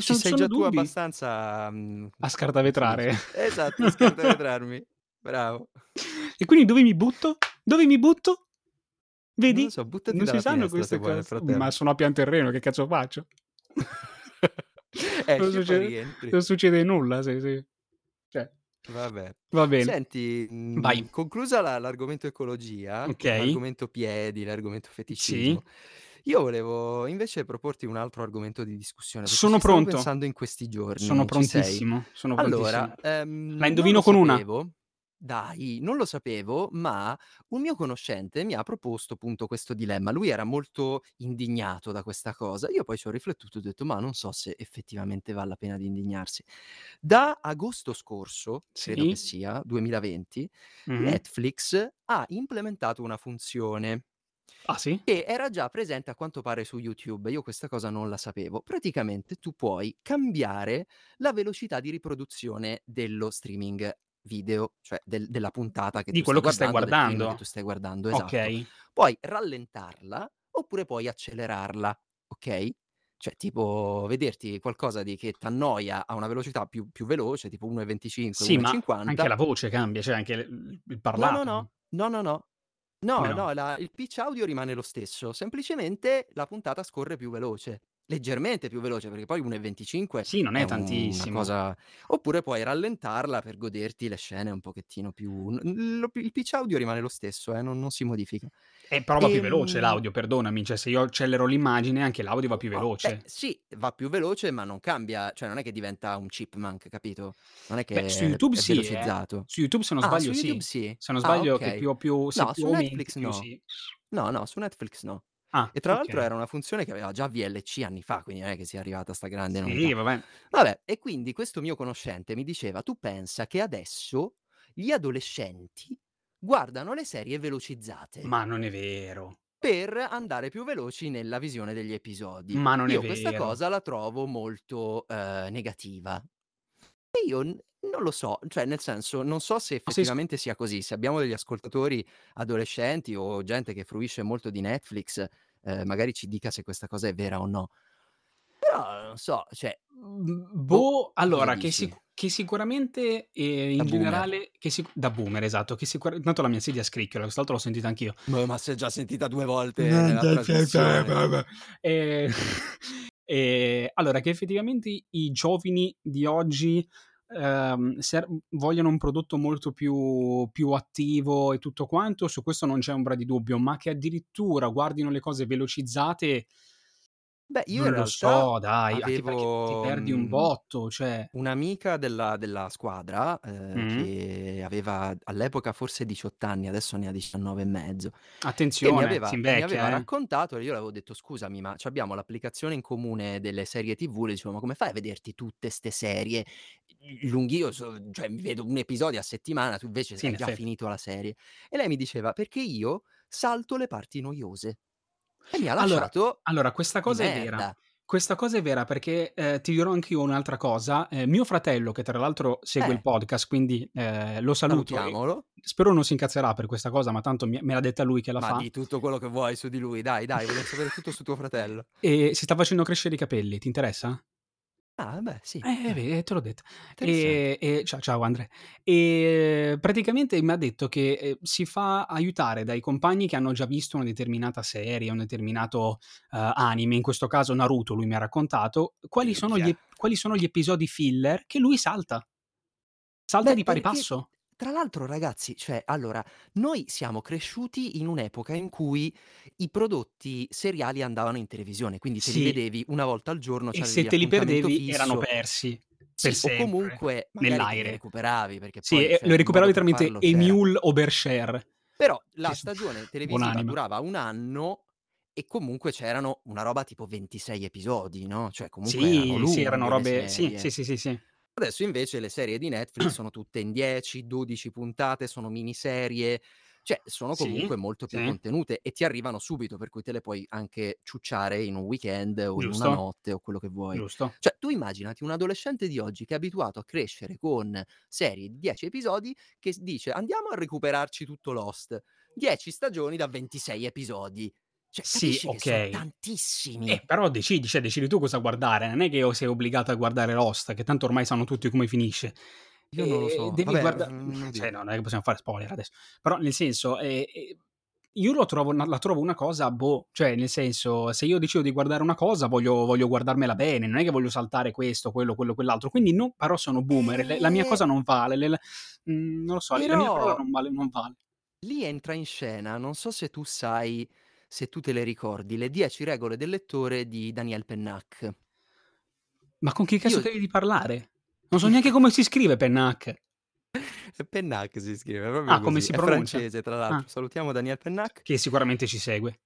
S1: sono,
S2: sei
S1: sono
S2: già tu
S1: dubbi. A
S2: abbastanza... mm, come si dice?
S1: scartavetrare. *laughs*
S2: Esatto, scartavetrarmi. Bravo.
S1: e quindi dove mi butto? Dove mi butto?
S2: Non lo
S1: Vedi?
S2: so, buttati
S1: Non si
S2: dalla
S1: sanno queste
S2: finestra se vuoi nel
S1: cose. Ma
S2: frattempo.
S1: sono a pian terreno, che cazzo
S2: *laughs*
S1: faccio? *laughs* non,
S2: Esci e poi
S1: succede,
S2: Eh, rientri.
S1: non succede nulla, sì, sì. Cioè,
S2: Vabbè.
S1: va bene.
S2: Senti,
S1: Vai.
S2: mh, conclusa la- l'argomento ecologia,
S1: Ok.
S2: con l'argomento piedi, l'argomento
S1: Sì.
S2: feticismo, io volevo invece proporti un altro argomento di discussione perché
S1: Sono
S2: ci stavo
S1: pronto.
S2: pensando in questi
S1: Sono
S2: giorni. Ci sei?
S1: prontissimo. Sono prontissimo.
S2: Allora,
S1: La
S2: ehm, non lo
S1: indovino con una.
S2: sapevo. Dai, non lo sapevo, ma un mio conoscente mi ha proposto appunto questo dilemma. Lui era molto indignato da questa cosa. Io poi ci ho riflettuto e ho detto, ma non so se effettivamente vale la pena di indignarsi. Da agosto scorso, credo che
S1: Sì.
S2: sia, 2020, eh,
S1: Mhm.
S2: Netflix ha implementato una funzione
S1: Ah, sì?
S2: che era già presente a quanto pare su YouTube. Io questa cosa non la sapevo. Praticamente tu puoi cambiare la velocità di riproduzione dello streaming video, cioè del- della puntata che
S1: Di
S2: tu stai
S1: quello che stai
S2: guardando, del film che tu
S1: guardando.
S2: stai guardando, esatto.
S1: Ok.
S2: Puoi rallentarla oppure puoi accelerarla, ok? Cioè, tipo, vederti qualcosa di, che ti annoia a una velocità più, più veloce, tipo 1,25,
S1: Sì, ma anche
S2: 1,50,
S1: la voce cambia, cioè anche il il
S2: No, no,
S1: parlato.
S2: no, no, no, no.
S1: Come no?
S2: No, no, la- il pitch audio rimane lo stesso, semplicemente la puntata scorre più veloce, leggermente più veloce, perché poi 1,25
S1: Sì, non
S2: è
S1: è
S2: un- una
S1: tantissimo.
S2: cosa... Oppure puoi rallentarla per goderti le scene un pochettino più... n- lo- il pitch audio rimane lo stesso, eh, non, non si modifica.
S1: E però va più veloce
S2: Ehm...
S1: l'audio, perdonami. Cioè, se io accelero l'immagine, anche l'audio va più
S2: Ah, beh,
S1: veloce.
S2: sì, va più veloce, ma non cambia, cioè non è che diventa un chipmunk, capito? Non è
S1: Beh, su
S2: che
S1: YouTube
S2: è
S1: sì, eh.
S2: velocizzato.
S1: Su YouTube, se non
S2: Ah,
S1: sbaglio,
S2: su YouTube
S1: sì.
S2: sì.
S1: Se non
S2: Ah,
S1: sbaglio, che
S2: ok.
S1: più, più, se
S2: No,
S1: più
S2: su
S1: aumenti,
S2: Netflix
S1: più
S2: no.
S1: sì.
S2: No, no, su Netflix no.
S1: Ah,
S2: E tra l'altro
S1: ok.
S2: era una funzione che aveva già VLC anni fa, quindi non è che sia arrivata sta grande novità.
S1: Sì, vabbè.
S2: Vabbè, e quindi questo mio conoscente mi diceva, tu pensa che adesso gli adolescenti guardano le serie velocizzate
S1: Ma non è vero.
S2: per andare più veloci nella visione degli episodi.
S1: Ma non è
S2: Io questa
S1: vero.
S2: cosa la trovo molto eh, negativa. E io n- non lo so, cioè nel senso, non
S1: Ma sei
S2: so se
S1: Ah, s-
S2: effettivamente sia così, se abbiamo degli ascoltatori adolescenti o gente che fruisce molto di Netflix, eh, magari ci dica se questa cosa è vera o no. Però non so, cioè,
S1: Mm,
S2: boh,
S1: Boh,
S2: cosa
S1: allora, che,
S2: dici?
S1: sic- che sicuramente eh,
S2: Da
S1: in
S2: boomer.
S1: generale, che sic- da boomer, esatto, che sicuramente, tanto la mia sedia scricchiola, quest'altro l'ho sentita anch'io.
S2: Ma, ma si è già sentita due volte nella trasmissione.
S1: Eh, *laughs* eh, allora, che effettivamente i giovani di oggi ehm, ser- vogliono un prodotto molto più, più attivo e tutto quanto, su questo non c'è ombra di dubbio, ma che addirittura guardino le cose velocizzate,
S2: Beh, io in
S1: non lo
S2: realtà
S1: so, dai, anche perché ti
S2: avevo...
S1: perdi un
S2: mm,
S1: botto, cioè...
S2: Un'amica della, della squadra eh,
S1: Mm.
S2: che aveva all'epoca forse 18 anni, adesso ne ha 19 e mezzo, che mi
S1: Attenzione, si
S2: aveva, mi aveva
S1: invecchia, eh.
S2: raccontato, e io le avevo detto scusami ma ci abbiamo l'applicazione in comune delle serie tv, le dicevo ma come fai a vederti tutte ste serie lunghi, io so- cioè mi vedo un episodio a settimana, tu invece
S1: Sì, certo. in
S2: hai già
S1: effetti.
S2: finito la serie. E lei mi diceva perché io salto le parti noiose e mi ha
S1: Allora,
S2: lasciato
S1: allora, questa
S2: di
S1: cosa è vera.
S2: merda.
S1: Questa cosa è vera perché, ehm, ti dirò anch'io un'altra cosa: ehm, mio fratello, che tra l'altro segue il
S2: Eh.
S1: podcast, quindi, ehm, lo saluto e
S2: Salutiamolo.
S1: spero non si incazzerà per questa cosa, ma tanto mi me l'ha detta lui che la
S2: Ma
S1: fa.
S2: di tutto quello che vuoi su di lui, dai, dai, vogliamo sapere tutto su tuo fratello.
S1: Ehm, si sta facendo crescere i capelli, ti interessa?
S2: Ah, beh, sì,
S1: Eh,
S2: dai.
S1: vedi, eh, te l'ho detta.
S2: Interessante.
S1: Ehm, e cia ciao Andre. Ehm, praticamente mi ha detto che, ehm, si fa aiutare dai compagni che hanno già visto una determinata serie, un determinato, ehm, anime, in questo caso Naruto, lui mi ha raccontato, quali sono gli
S2: Minchia.
S1: ep quali sono gli episodi filler che lui salta. Salta
S2: Beh,
S1: di pari
S2: perché
S1: passo.
S2: tra l'altro ragazzi, cioè allora, noi siamo cresciuti in un'epoca in cui i prodotti seriali andavano in televisione, quindi te li
S1: Sì.
S2: vedevi una volta al giorno,
S1: E se
S2: c'avevi
S1: te li
S2: l'appuntamento
S1: perdevi erano
S2: fisso.
S1: persi per
S2: Sì, o
S1: sempre
S2: comunque magari te li
S1: nell'aire.
S2: recuperavi, perché
S1: Sì,
S2: poi,
S1: e
S2: cioè,
S1: lo
S2: il modo
S1: recuperavi
S2: per
S1: tramite
S2: farlo cioè c'era.
S1: Emule o Bershare.
S2: Però
S1: Ci
S2: la
S1: sta.
S2: stagione televisiva
S1: Buon'anima.
S2: durava 1 anno e comunque c'erano una roba tipo 26 episodi, no, cioè comunque erano
S1: Sì, sì, erano
S2: lunghe le
S1: robe sì, sì,
S2: serie.
S1: sì, sì, sì.
S2: Adesso invece le serie di Netflix sono tutte in 10, 12 puntate, sono miniserie, cioè sono
S1: Sì,
S2: comunque molto più
S1: sì.
S2: contenute e ti arrivano subito, per cui te le puoi anche ciucciare in un weekend o in una
S1: Giusto.
S2: notte o quello che vuoi.
S1: Giusto.
S2: Cioè tu immaginati un adolescente di oggi che è abituato a crescere con serie di 10 episodi che s dice: "Andiamo a recuperarci tutto Lost". 10 stagioni da 26 episodi. Cioè
S1: Sì,
S2: capisci che so'
S1: okay.
S2: tantissimi.
S1: Eh, però decidi, cioè decidi tu cosa guardare, non è che o sei obbligato a guardare Lost, che tanto ormai sanno tutti come finisce.
S2: Io non lo
S1: Ehm,
S2: so.
S1: devi
S2: Vabbè,
S1: guarda
S2: mhmm,
S1: cioè
S2: oddio.
S1: no, non è che possiamo fare spoiler adesso. Però nel senso, ehm, ehm, io lo trovo una la trovo una cosa, boh, cioè nel senso, se io decido di guardare una cosa voglio voglio guardarmela bene, non è che voglio saltare questo, quello, quello, quell'altro. Quindi non però sono boomer, le la mia
S2: Eh.
S1: cosa non vale, le la mhmm, non lo so, la mia parola
S2: Però
S1: non vale non vale.
S2: lì entra in scena, non so se tu sai se tu te le ricordi, le 10 regole del lettore di Daniel Pennac.
S1: Ma con chi cazzo
S2: Io
S1: credi di parlare? Non so neanche come si scrive Pennac.
S2: Pennac si scrive, proprio
S1: Ah, come
S2: così.
S1: si
S2: È
S1: pronuncia?
S2: francese, tra
S1: Ah.
S2: l'altro. Salutiamo Daniel Pennac.
S1: Che sicuramente ci segue.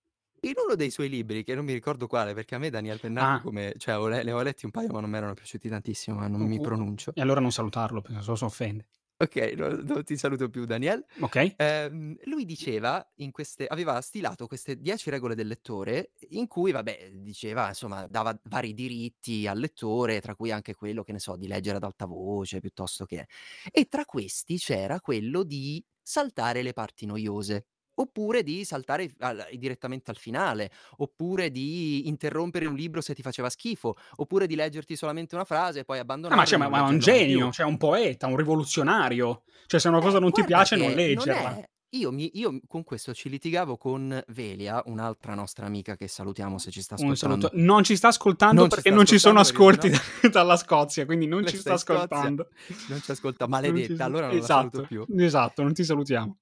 S2: In uno dei suoi libri, che non mi ricordo quale, perché a me Daniel Pennac
S1: Ah.
S2: come cioè ho le ne ho letti un paio, ma non mi erano piaciuti tantissimo, ma non
S1: U
S2: mi
S1: u
S2: pronuncio.
S1: e allora non salutarlo, perché se no s'offende.
S2: Okay, no non ti saluto più Daniel.
S1: Okay.
S2: Ehm, lui diceva in queste aveva stilato queste 10 regole del lettore in cui vabbè diceva insomma, dava vari diritti al lettore, tra cui anche quello, che ne so, di leggere ad alta voce piuttosto che e tra questi c'era quello di saltare le parti noiose, oppure di saltare al direttamente al finale, oppure di interrompere un libro se ti faceva schifo, oppure di leggerti solamente una frase e poi
S1: Ah, ma cioè
S2: abbandonarlo e
S1: ma
S2: non
S1: ma è un
S2: leggerlo mai più.
S1: genio, cioè un poeta, un rivoluzionario. Cioè se una cosa
S2: Eh,
S1: non ti
S2: guarda
S1: piace non
S2: che non
S1: leggerla.
S2: è io mi io m con questo ci litigavo con Velia, un'altra nostra amica che salutiamo se ci sta
S1: Un saluto
S2: ascoltando.
S1: non ci sta ascoltando
S2: Non ci
S1: perché
S2: sta
S1: non ci sono
S2: ascoltando perché se
S1: ascolti
S2: no
S1: da dalla Scozia, quindi non
S2: lei
S1: ci
S2: sta
S1: sta
S2: in Scozia,
S1: ascoltando.
S2: non ci ascolta,
S1: Non ci
S2: maledetta,
S1: sta
S2: allora non la saluto
S1: esatto,
S2: più.
S1: esatto, non ti salutiamo.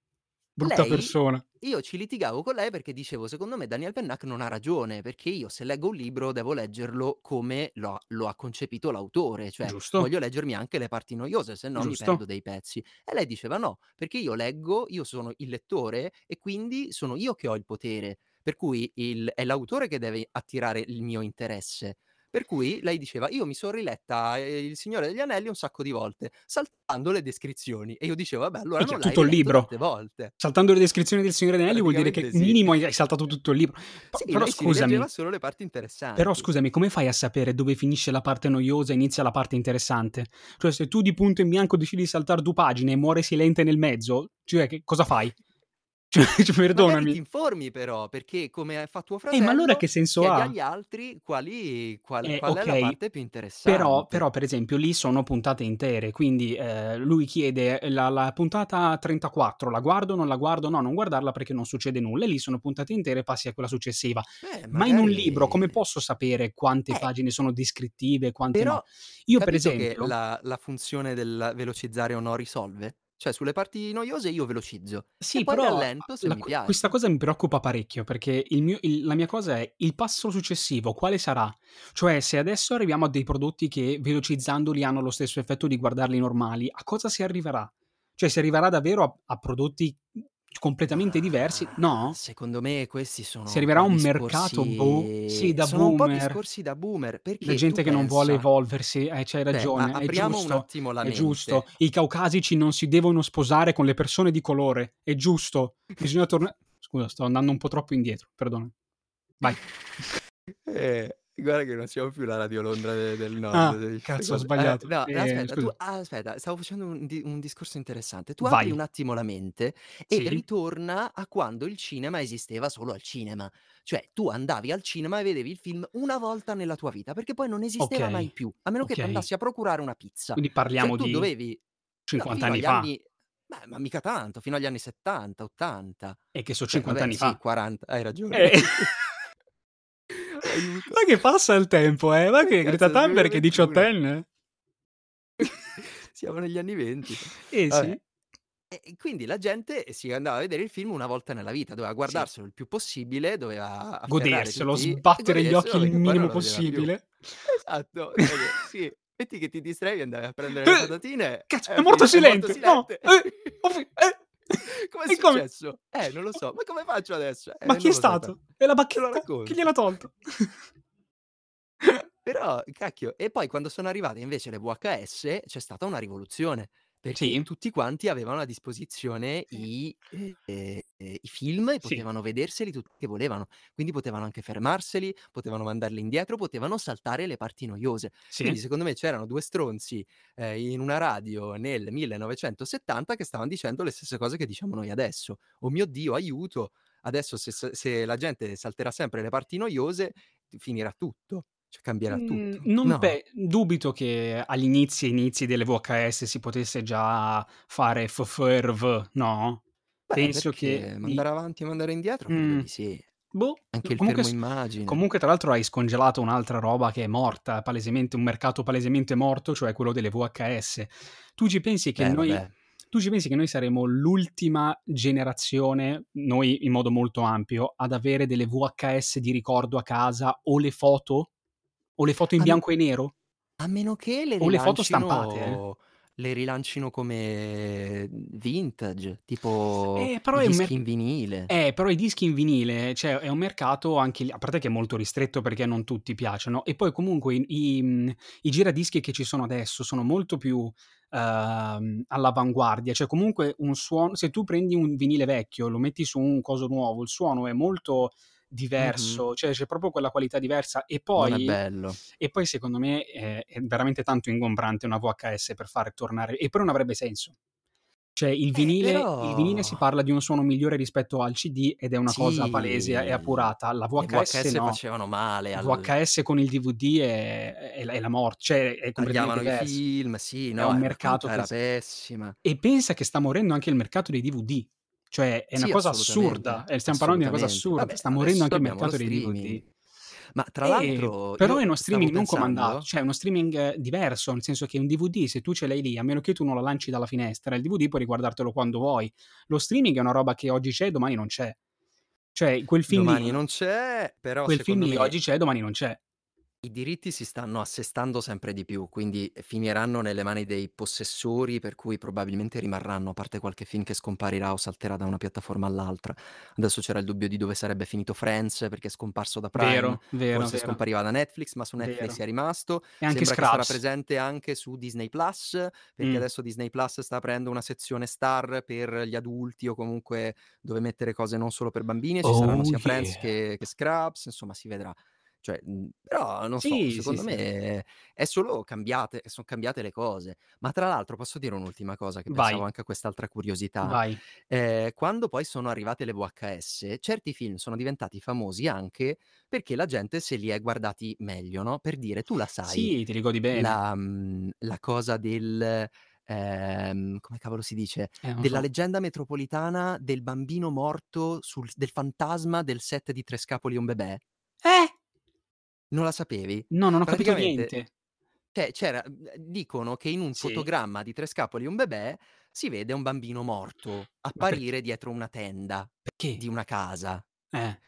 S1: Brutta
S2: Lei
S1: persona.
S2: io ci litigavo con lei perché dicevo: "Secondo me Daniel Pennac non ha ragione, perché io se leggo un libro devo leggerlo come lo ha lo ha concepito l'autore, cioè
S1: Giusto.
S2: voglio leggermi anche le parti noiose, se no mi perdo
S1: Giusto.
S2: dei pezzi". E lei diceva: "No, perché io leggo, io sono il lettore e quindi sono io che ho il potere, per cui il è l'autore che deve attirare il mio interesse". Per cui lei diceva: "Io mi son riletta, ehm, Il Signore degli Anelli un sacco di volte, saltando le descrizioni". E io dicevo: "Vabbè, allora
S1: Minchia,
S2: non l'hai
S1: tutto il
S2: riletto
S1: libro.
S2: tante volte".
S1: Saltando le descrizioni del Signore degli Anelli vuol dire che
S2: Praticamente sì.
S1: minimo hai hai saltato tutto il libro. Po
S2: Sì,
S1: però
S2: lei si rileggeva
S1: scusami
S2: solo le parti
S1: però
S2: interessanti.
S1: scusami, come fai a sapere dove finisce la parte noiosa e inizia la parte interessante? Cioè se tu di punto in bianco decidi di saltar 2 pagine e muore Silente nel mezzo, cioè che cosa fai? *laughs* Cioè cioè
S2: Magari ti
S1: perdonami.
S2: informi però, perché come a fa tuo
S1: Eh, ma allora
S2: fratello,
S1: che senso
S2: chiedi
S1: ha?
S2: agli altri quali qual
S1: Eh,
S2: qual è la
S1: okay,
S2: parte
S1: però
S2: più interessante.
S1: però per esempio lì sono puntate intere, quindi, ehm, lui chiede la la puntata 34 la guardo, non la guardo? No, non guardarla perché non succede nulla e lì sono puntate intere e passi a quella successiva.
S2: Eh,
S1: Ma in un libro come
S2: magari
S1: posso sapere quante
S2: Eh.
S1: pagine sono descrittive e quante no?
S2: Però
S1: Io per
S2: capito che
S1: esempio
S2: la la funzione del velocizzare o no risolve? Cioè sulle parti noiose io velocizzo e
S1: Sì,
S2: poi
S1: però a
S2: rallento se
S1: la
S2: mi
S1: co questa
S2: piace.
S1: cosa mi preoccupa parecchio perché il mio il la mia cosa è: il passo successivo quale sarà? Cioè se adesso arriviamo a dei prodotti che velocizzandoli hanno lo stesso effetto di guardarli normali, a cosa si arriverà? Cioè si arriverà davvero a a prodotti completamente diversi?
S2: Ma
S1: No?
S2: Ah, secondo me questi
S1: Si
S2: sono
S1: arriverà a
S2: poi
S1: un mercato, boh, sì,
S2: discorsi
S1: da
S2: sono un po'
S1: boomer.
S2: discorsi da boomer,
S1: Da
S2: perché tu
S1: gente che non vuole
S2: pensa
S1: evolversi, eh, c'hai
S2: cioè a
S1: ragione, è
S2: apriamo un
S1: giusto,
S2: attimo la
S1: è giusto.
S2: mente.
S1: I caucasici non si devono sposare con le persone di colore, è giusto. Bisogna torna scusa, sto andando un po' troppo indietro, perdona. Vai.
S2: Eh. Guarda che non siamo più la Radio Londra de- del Nord.
S1: Ah,
S2: de- di queste
S1: cazzo, ho
S2: cose.
S1: sbagliato.
S2: Eh, no,
S1: Eh,
S2: aspetta, tu-
S1: scusa.
S2: ah, aspetta, stavo facendo un, di- un discorso interessante. Tu
S1: Vai.
S2: apri un attimo la mente e
S1: Sì.
S2: ritorna a quando il cinema esisteva solo al cinema. Cioè, tu andavi al cinema e vedevi il film una volta nella tua vita, perché poi non esisteva
S1: Ok.
S2: mai più, a meno che
S1: Ok.
S2: tu andassi a procurare una pizza.
S1: Quindi
S2: Cioè,
S1: parliamo
S2: tu
S1: di
S2: dovevi... no,
S1: 50
S2: fino
S1: anni
S2: agli
S1: fa.
S2: anni... Beh, ma mica tanto, fino agli anni 70, 80.
S1: E che sono
S2: Cioè,
S1: 50
S2: vabbè,
S1: anni *laughs* fa.
S2: sì, 40, hai ragione. *laughs*
S1: Eh.
S2: Aiuto.
S1: Ma che passa il tempo, eh? Ma che
S2: Cazzo,
S1: Greta Thunberg che è
S2: 2021.
S1: 18enne?
S2: Siamo negli anni 20.
S1: Eh
S2: Vabbè.
S1: sì.
S2: E e quindi la gente eh, si andava a vedere il film una volta nella vita, doveva guardarselo il più possibile, doveva afferrare
S1: Goderselo,
S2: tutti e
S1: sbattere gli occhi
S2: goderselo
S1: il
S2: perché poi non
S1: minimo
S2: lo vedeva più.
S1: possibile.
S2: Esatto, cioè, sì. Metti che ti distrai e andavi a prendere le
S1: Eh,
S2: patatine.
S1: Cazzo,
S2: eh, *laughs*
S1: è morto
S2: finito,
S1: silente. No,
S2: silente. *laughs*
S1: eh, ho fi- eh.
S2: Com'è
S1: E come?
S2: successo? Eh, non lo so. Ma come faccio adesso? Eh,
S1: Ma
S2: non
S1: chi è
S2: lo so,
S1: stato? È la
S2: Te lo
S1: bacchetta? Chi
S2: racconto.
S1: gliel'ha
S2: *laughs*
S1: tolto?
S2: Però, cacchio, e poi quando sono arrivate invece le VHS c'è stata una rivoluzione, perché
S1: Sì.
S2: tutti quanti avevano a disposizione i, eh, eh, i film e
S1: Sì.
S2: potevano vederseli tutti che volevano, quindi potevano anche fermarseli, potevano mandarli indietro, potevano saltare le parti noiose. Quindi
S1: Sì.
S2: secondo me c'erano due stronzi eh, in una radio nel 1970 che stavano dicendo le stesse cose che diciamo noi adesso. Oh mio Dio, aiuto! Adesso se, sa- se la gente salterà sempre le parti noiose finirà tutto, cioè cambierà
S1: Mm,
S2: tutto.
S1: Non
S2: No,
S1: pe- dubito che agli inizi, inizi delle VHS si potesse già fare FFRV, no?
S2: beh,
S1: Penso che...
S2: perché
S1: i-
S2: mandare avanti e mandare indietro credo
S1: Mm,
S2: di sì.
S1: boh,
S2: Anche il
S1: comunque,
S2: fermo
S1: s-
S2: immagine.
S1: comunque tra l'altro hai scongelato un'altra roba che è morta, palesemente, un mercato palesemente morto, cioè quello delle VHS. Tu ci pensi che
S2: Beh,
S1: noi...
S2: vabbè.
S1: Tu ci pensi che noi saremo l'ultima generazione, noi in modo molto ampio, ad avere delle VHS di ricordo a casa o le foto? O le foto in
S2: A, m-
S1: bianco e nero?
S2: a meno che le
S1: O le foto stampate, eh?
S2: rilancino le rilancino come vintage, tipo
S1: Eh, però è
S2: i
S1: un
S2: dischi
S1: mercato.
S2: in vinile.
S1: Eh, però i dischi in vinile, cioè è un mercato anche lì, a parte che è molto ristretto perché non tutti piacciono, e poi comunque i, i, mh, i giradischi che ci sono adesso sono molto più ehm, all'avanguardia, cioè comunque un suono, se tu prendi un vinile vecchio e lo metti su un coso nuovo, il suono è molto
S2: Mhm.
S1: diverso, cioè c'è proprio quella qualità diversa e
S2: Non è
S1: poi,
S2: bello.
S1: e poi secondo me eh, è veramente tanto ingombrante una VHS per far tornare, e poi non avrebbe senso. Cioè, il
S2: Eh,
S1: vinile, il vinile si
S2: però...
S1: parla di un suono migliore rispetto al CD ed è una cosa palese e
S2: Sì,
S1: appurata. La
S2: le
S1: VHS
S2: VHS
S1: no.
S2: facevano male al,
S1: VHS con il DVD è, è la è la morte, cioè è completamente
S2: tagliavano i
S1: diverso.
S2: film, sì,
S1: È
S2: no,
S1: un
S2: eh, la
S1: mercato
S2: qualità
S1: che...
S2: era pessima.
S1: E pensa che sta morendo anche il mercato dei DVD. Cioè, è una
S2: Sì,
S1: cosa assurda.
S2: assolutamente,
S1: Eh, Stiamo parlando di una cosa assurda.
S2: assolutamente. Vabbè,
S1: Sta morendo
S2: adesso
S1: anche il
S2: abbiamo lo
S1: mercato dei DVD.
S2: streaming. Ma tra
S1: Eh,
S2: l'altro
S1: però è
S2: io
S1: uno
S2: stavo
S1: streaming non comandato,
S2: pensando,
S1: cioè è uno streaming eh, diverso, nel senso che un DVD, se tu ce l'hai lì, a meno che tu non lo lanci dalla finestra, il DVD puoi riguardartelo quando vuoi. Lo streaming è una roba che oggi c'è e domani non c'è. Cioè, quel film
S2: domani
S1: lì,
S2: non c'è, però
S1: quel film
S2: secondo
S1: lì
S2: me
S1: oggi c'è, domani non c'è.
S2: i diritti si stanno assestando sempre di più, quindi finiranno nelle mani dei possessori, per cui probabilmente rimarranno, a parte qualche film che scomparirà o salterà da una piattaforma all'altra. Adesso c'era il dubbio di dove sarebbe finito Friends, perché è scomparso da Prime,
S1: Vero, vero,
S2: forse
S1: vero,
S2: scompariva da Netflix, ma su Netflix
S1: vero.
S2: è rimasto.
S1: E anche
S2: Sembra che sarà
S1: Scrubs.
S2: presente anche su Disney Plus, perché
S1: Mm.
S2: adesso Disney Plus sta aprendo una sezione star per gli adulti o comunque dove mettere cose non solo per bambini, e ci saranno
S1: Oh
S2: sia Friends
S1: yeah.
S2: che, che Scrubs, insomma si vedrà. Cioè, mh, però non so,
S1: Sì, sì,
S2: secondo
S1: sì.
S2: me è solo cambiate, sono cambiate le cose. Ma tra l'altro posso dire un'ultima cosa che pensavo
S1: Vai,
S2: anche a quest'altra curiosità.
S1: vai.
S2: Eh, quando poi sono arrivate le VHS, certi film sono diventati famosi anche perché la gente se li è guardati meglio, no? Per dire, tu la sai,
S1: Sì, te li godi bene.
S2: la, mm, la cosa del... ehm, come cavolo si dice?
S1: Eh, non
S2: Della
S1: so.
S2: leggenda metropolitana del bambino morto, sul- del fantasma del set di Tre Scapoli e un bebè.
S1: Eh?
S2: Non la sapevi?
S1: No, non ho capito
S2: Praticamente
S1: niente.
S2: cioè, c'era- dicono che in un
S1: Sì.
S2: fotogramma di Tre Scapoli e un bebè si vede un bambino morto
S1: Ma per-
S2: apparire dietro una tenda
S1: perché?
S2: di una casa.
S1: Eh.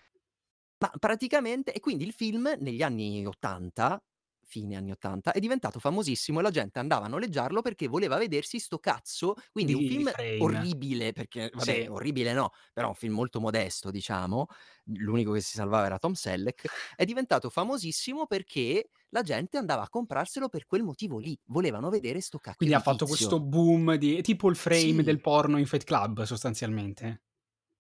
S2: Ma praticamente, e quindi il film negli anni 80, fine anni 80, è diventato famosissimo e la gente andava a noleggiarlo perché voleva vedersi sto cazzo, quindi un
S1: Di
S2: film
S1: frame.
S2: orribile, perché vabbè,
S1: Sì.
S2: orribile no, però un film molto modesto, diciamo, l'unico che si salvava era Tom Selleck, è diventato famosissimo perché la gente andava a comprarselo per quel motivo lì, volevano vedere sto cacchio
S1: Quindi ha
S2: di
S1: fatto
S2: tizio.
S1: questo boom di è tipo il frame del
S2: Sì,
S1: porno in Fight Club, sostanzialmente.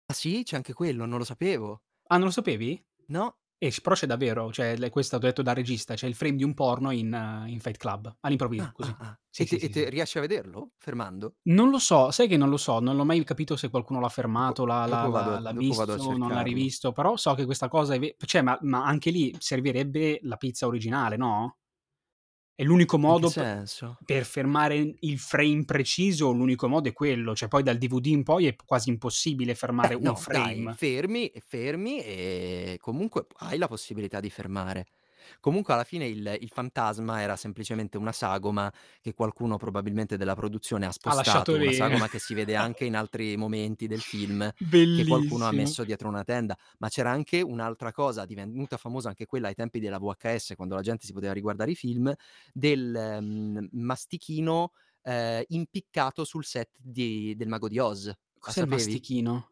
S2: ah sì, c'è anche quello, non lo sapevo.
S1: Ah, non lo sapevi?
S2: No?
S1: Eh, c- però c'è davvero, cioè, le- questo ho detto da regista, c'è il frame di un porno in, eh, in Fight Club, all'improvviso,
S2: Ah,
S1: così.
S2: ah, ah.
S1: Sì,
S2: e
S1: sì,
S2: te- e
S1: sì,
S2: te
S1: sì.
S2: riesci a vederlo, fermando?
S1: Non lo so, sai che non lo so, non l'ho mai capito se qualcuno l'ha fermato, l'ha, l'ha-
S2: Dopo vado
S1: l'ha-
S2: a-
S1: l'ha
S2: dopo vado a
S1: visto, non l'ha
S2: cercarlo.
S1: rivisto, però so che questa cosa è... ve- cioè, ma, ma anche lì servirebbe la pizza originale, no? È l'unico
S2: In che
S1: modo per,
S2: senso?
S1: per fermare il frame preciso, l'unico modo è quello, cioè poi dal DVD in poi è quasi impossibile fermare
S2: Beh,
S1: un
S2: Eh, no, dai,
S1: frame.
S2: fermi, fermi e comunque hai la possibilità di fermare. Comunque alla fine il, il fantasma era semplicemente una sagoma che qualcuno probabilmente della produzione ha
S1: Ha lasciato
S2: spostato, una
S1: lì.
S2: sagoma che
S1: *laughs*
S2: si vede anche in altri momenti del film che qualcuno ha
S1: Bellissimo.
S2: messo dietro una tenda, ma c'era anche un'altra cosa divenuta famosa anche quella ai tempi della VHS, quando la gente si poteva riguardare i film, del ehm, mastichino eh, impiccato sul set di- del Mago di Oz. La
S1: Cos'è il
S2: sapevi?
S1: mastichino?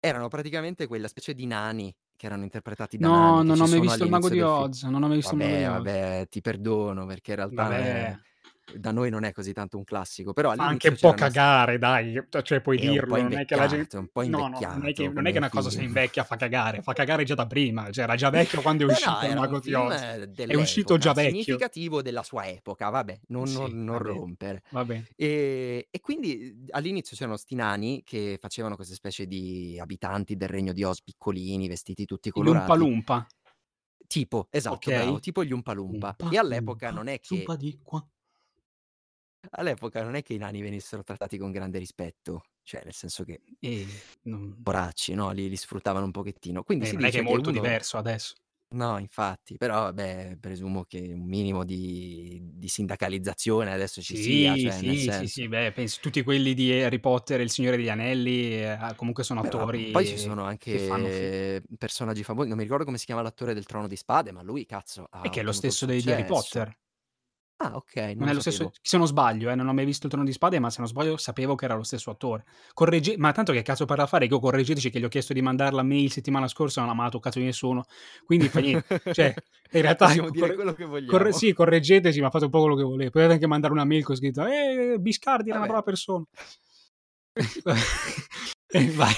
S2: erano praticamente quella specie di nani che erano interpretati da
S1: No, non
S2: nani che ci
S1: ho mai
S2: sono
S1: visto il Mago
S2: all'inizio
S1: di
S2: del film.
S1: Oz, non ho mai visto il Mago di
S2: Vabbè,
S1: Oz.
S2: vabbè, ti perdono perché in realtà non è,
S1: Vabbè,
S2: da noi non è così tanto un classico, però
S1: fa anche
S2: all'inizio
S1: un po'
S2: c'erano st-
S1: cagare, dai, cioè puoi
S2: è un po'
S1: dirlo, non è che la gente...
S2: invecchiato, è un po'
S1: No, no, non è che,
S2: invecchiato
S1: non è che
S2: come
S1: una cosa se
S2: film.
S1: invecchia fa cagare, fa cagare già da prima, cioè era
S2: *laughs*
S1: già vecchio quando è
S2: Beh no,
S1: uscito il
S2: era un
S1: Mago di
S2: film
S1: Oz,
S2: eh,
S1: è uscito
S2: dell'epoca,
S1: già vecchio.
S2: significativo della sua epoca, vabbè, non,
S1: Sì,
S2: non- non
S1: va bene,
S2: rompere.
S1: va bene.
S2: E, e quindi eh, all'inizio c'erano sti nani che facevano queste specie di abitanti del regno di Oz, piccolini, vestiti tutti
S1: Gli Umpa
S2: colorati,
S1: Lumpa,
S2: Tipo,
S1: ok?
S2: esatto, bravo, tipo gli Umpalumpa.
S1: Umpa,
S2: E all'epoca
S1: Lumpa,
S2: non è che
S1: zumpa di qua.
S2: all'epoca non è che i nani venissero trattati con grande rispetto, cioè nel senso che
S1: E non...
S2: poracci, no? Li, li sfruttavano un pochettino. Quindi
S1: eh,
S2: si
S1: non è che è
S2: dice che
S1: molto
S2: uno
S1: diverso adesso.
S2: No, infatti, però vabbè, presumo che un minimo di, di sindacalizzazione adesso ci sia,
S1: Sì,
S2: cioè nel
S1: sì, sì, sì,
S2: senso.
S1: beh, penso tutti quelli di Harry Potter e il Signore degli Anelli, eh, comunque sono
S2: Beh, ma poi ci
S1: attori
S2: sono
S1: che fanno film.
S2: anche personaggi famosi, non mi ricordo come si chiama l'attore del Trono di Spade, ma lui, cazzo,
S1: E
S2: ha
S1: che è lo
S2: ottenuto il
S1: stesso dei- di Harry
S2: successo.
S1: Potter.
S2: Ah, ok, non
S1: Non
S2: lo
S1: è lo stesso,
S2: sapevo.
S1: se non sbaglio, eh, non ho mai visto il Trono di Spade, ma se non sbaglio sapevo che era lo stesso attore. Corregge- ma tanto che cazzo parla fare che io correggeteci che gli ho chiesto di mandarla mail settimana scorsa, non ha mandato cazzo di nessuno, quindi fa
S2: *laughs*
S1: niente. Cioè, in realtà,
S2: Possiamo
S1: ecco,
S2: dire
S1: corre-
S2: quello che
S1: corre-
S2: vogliamo.
S1: sì, correggeteci, ma fate un po' quello che volete. Potete anche mandare una mail con scritto, eh, Biscardi era una
S2: Vabbè.
S1: brava
S2: *laughs*
S1: persona. *laughs* e vai.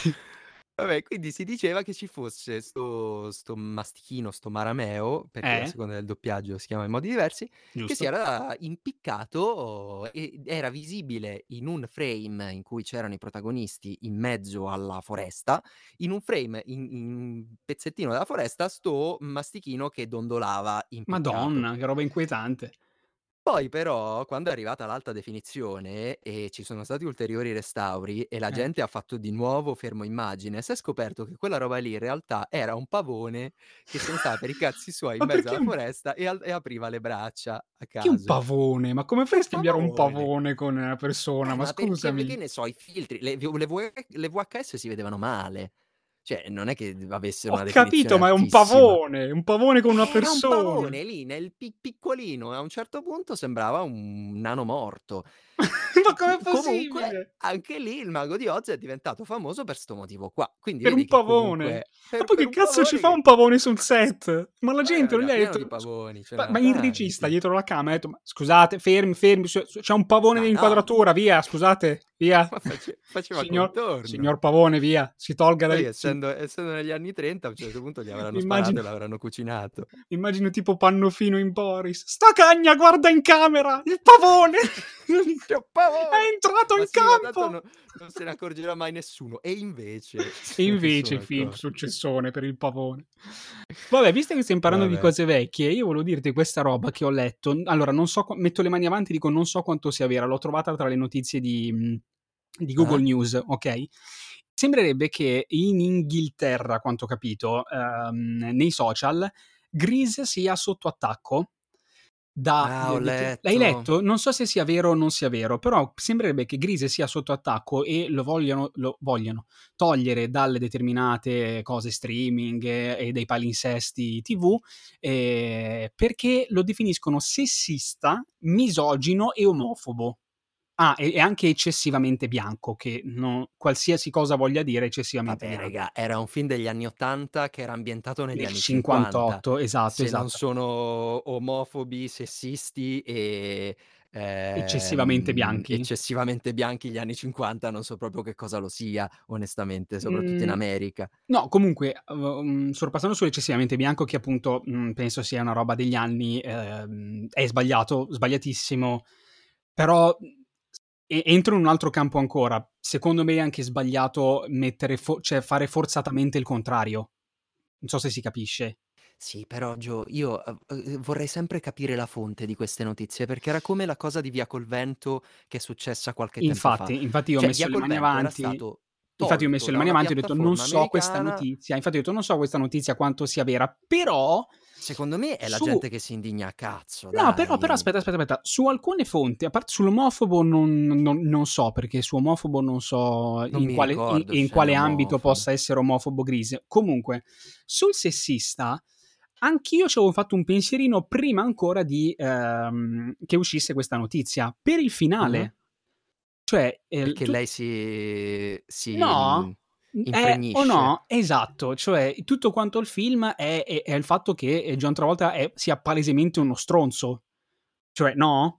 S2: Vabbè, quindi si diceva che ci fosse sto, sto mastichino, sto marameo, perché a
S1: Eh,
S2: seconda del doppiaggio si chiama in modi diversi, che si
S1: giusto.
S2: era impiccato e era visibile in un frame in cui c'erano i protagonisti in mezzo alla foresta, in un frame, in, in un pezzettino della foresta, sto mastichino che dondolava impiccato.
S1: Madonna, che roba inquietante.
S2: Poi però, quando è arrivata l'alta definizione e ci sono stati ulteriori restauri e la
S1: Eh.
S2: gente ha fatto di nuovo fermo immagine, si è scoperto che quella roba lì in realtà era un pavone che se ne stava per i cazzi suoi
S1: ma
S2: in mezzo
S1: perché
S2: alla
S1: un,
S2: foresta e, al- e apriva le braccia a
S1: perché un
S2: caso.
S1: pavone? Ma come fai a
S2: Un
S1: scambiare un
S2: pavone!
S1: pavone con una persona?
S2: Eh,
S1: Ma
S2: ma perché, che
S1: scusami.
S2: ne so, i filtri, le, le V- le VHS si vedevano male. Cioè, non è che avessero
S1: Ho
S2: una definizione
S1: capito, ma è un
S2: altissima. Eh,
S1: pavone, un pavone con una
S2: Era un
S1: persona.
S2: pavone lì nel pi- piccolino, a un certo punto sembrava un nano morto.
S1: *laughs* *laughs* ma com'è
S2: Comunque,
S1: possibile?
S2: anche lì il mago di Oz è diventato famoso per sto motivo qua. Quindi
S1: Per
S2: vedi
S1: un
S2: che
S1: pavone.
S2: comunque
S1: Ma
S2: per,
S1: poi
S2: per
S1: che
S2: un
S1: cazzo ci
S2: pavone
S1: fa un
S2: che...
S1: pavone sul set? Ma la
S2: Ma
S1: gente non gli
S2: raga,
S1: ha
S2: pieno di
S1: detto... "Scu-
S2: pavoni, ce
S1: Ma,
S2: n'erano
S1: ma il
S2: *laughs*
S1: regista
S2: tanti.
S1: dietro la camera ha detto, ma scusate, fermi, fermi, c'è c'è un pavone
S2: Ma no,
S1: nell'inquadratura, via, scusate, via.
S2: ma face- faceva
S1: signor,
S2: contorno.
S1: signor pavone, via, si tolga da
S2: Poi,
S1: lì. si-
S2: essendo, essendo negli anni 30, a un certo punto gli avranno sparato
S1: Immagino,
S2: e l'avranno cucinato.
S1: immagino tipo Pannofino in Boris. Sta cagna, guarda in camera, il
S2: *laughs*
S1: pavone!
S2: C'è un
S1: È
S2: pavone!
S1: entrato
S2: Ma
S1: in
S2: sì, ma tanto
S1: campo!
S2: no- non se ne accorgerà mai nessuno.
S1: *laughs*
S2: E invece
S1: E
S2: se ne
S1: invece
S2: sono
S1: il film
S2: accorti.
S1: successone per il pavone. Vabbè, visto che stiamo parlando di
S2: Vabbè.
S1: cose vecchie, io volevo dirti questa roba che ho letto. Allora, non so, qu- metto le mani avanti e dico non so quanto sia vera, l'ho trovata tra le notizie di, mh, di Google
S2: Ah?
S1: News, ok? Sembrerebbe che in Inghilterra, a quanto ho capito, ehm, nei social, Grease sia sotto attacco da...
S2: Ah, ho
S1: de- de- L'hai
S2: letto.
S1: letto? Non so se sia vero o non sia vero, però sembrerebbe che Grise sia sotto attacco e lo vogliono, lo vogliono togliere dalle determinate cose streaming eh, e dai palinsesti TV eh, perché lo definiscono sessista, misogino e omofobo. Ah, e e anche eccessivamente bianco, che non- qualsiasi cosa voglia dire eccessivamente
S2: Vabbè,
S1: bianco.
S2: raga, era un film degli anni 80 che era ambientato negli
S1: Nel
S2: anni 50.
S1: 58, esatto,
S2: Se non
S1: esatto.
S2: sono omofobi, sessisti e ehm,
S1: Eccessivamente bianchi?
S2: Eccessivamente bianchi gli anni 50, non so proprio che cosa lo sia, onestamente, soprattutto in
S1: Mm,
S2: America.
S1: No, comunque, um, sorpassando sull'eccessivamente bianco, che appunto mm, penso sia una roba degli anni, ehm, è sbagliato, sbagliatissimo, però mm, e- entro in un altro campo ancora. Secondo me è anche sbagliato mettere fo- cioè fare forzatamente il contrario. Non so se si capisce.
S2: Sì, però Gio, io eh, eh, vorrei sempre capire la fonte di queste notizie, perché era come la cosa di Via Colvento che è successa qualche tempo fa.
S1: Infatti, infatti io ho
S2: Cioè,
S1: messo
S2: Via
S1: le mani
S2: Colvento era
S1: avanti.
S2: stato
S1: Infatti, io ho messo
S2: tolto
S1: le
S2: da
S1: mani
S2: una
S1: avanti e ho detto: Non
S2: piattaforma
S1: so questa
S2: americana.
S1: notizia. Infatti, ho detto: Non so questa notizia quanto sia vera, però
S2: Secondo me è la
S1: su.
S2: gente che si indigna a cazzo,
S1: No, però, però
S2: dai.
S1: aspetta, aspetta, aspetta. Su alcune fonti, a parte sull'omofobo, non, non- non so perché su omofobo non so
S2: Non
S1: in
S2: mi
S1: quale, in-
S2: ricordo
S1: in
S2: scene
S1: quale ambito
S2: omofobe.
S1: possa essere omofobo Grise. Comunque, sul sessista, anch'io ci avevo fatto un pensierino prima ancora di, ehm, che uscisse questa notizia. Per il
S2: Mhm.
S1: finale, cioè, eh,
S2: Perché
S1: tu,
S2: lei si, si mh,
S1: No, è, o
S2: infregnisce.
S1: no, esatto, cioè tutto quanto il film è, è- è il fatto che eh, John Travolta è- sia palesemente uno stronzo, cioè no?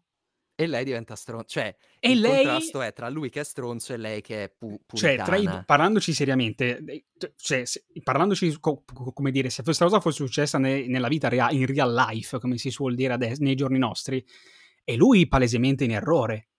S2: E lei diventa stronzo. Cioè,
S1: E
S2: il
S1: lei,
S2: contrasto è tra lui che è stronzo e lei che è pu-
S1: cioè, tra i,
S2: puritana.
S1: parlandoci seriamente, eh, cioè, se- parlandoci, co- co- come dire, se questa cosa fosse successa ne- nella vita, rea- in real life, come si suol dire adesso, nei giorni nostri, è lui palesemente in errore,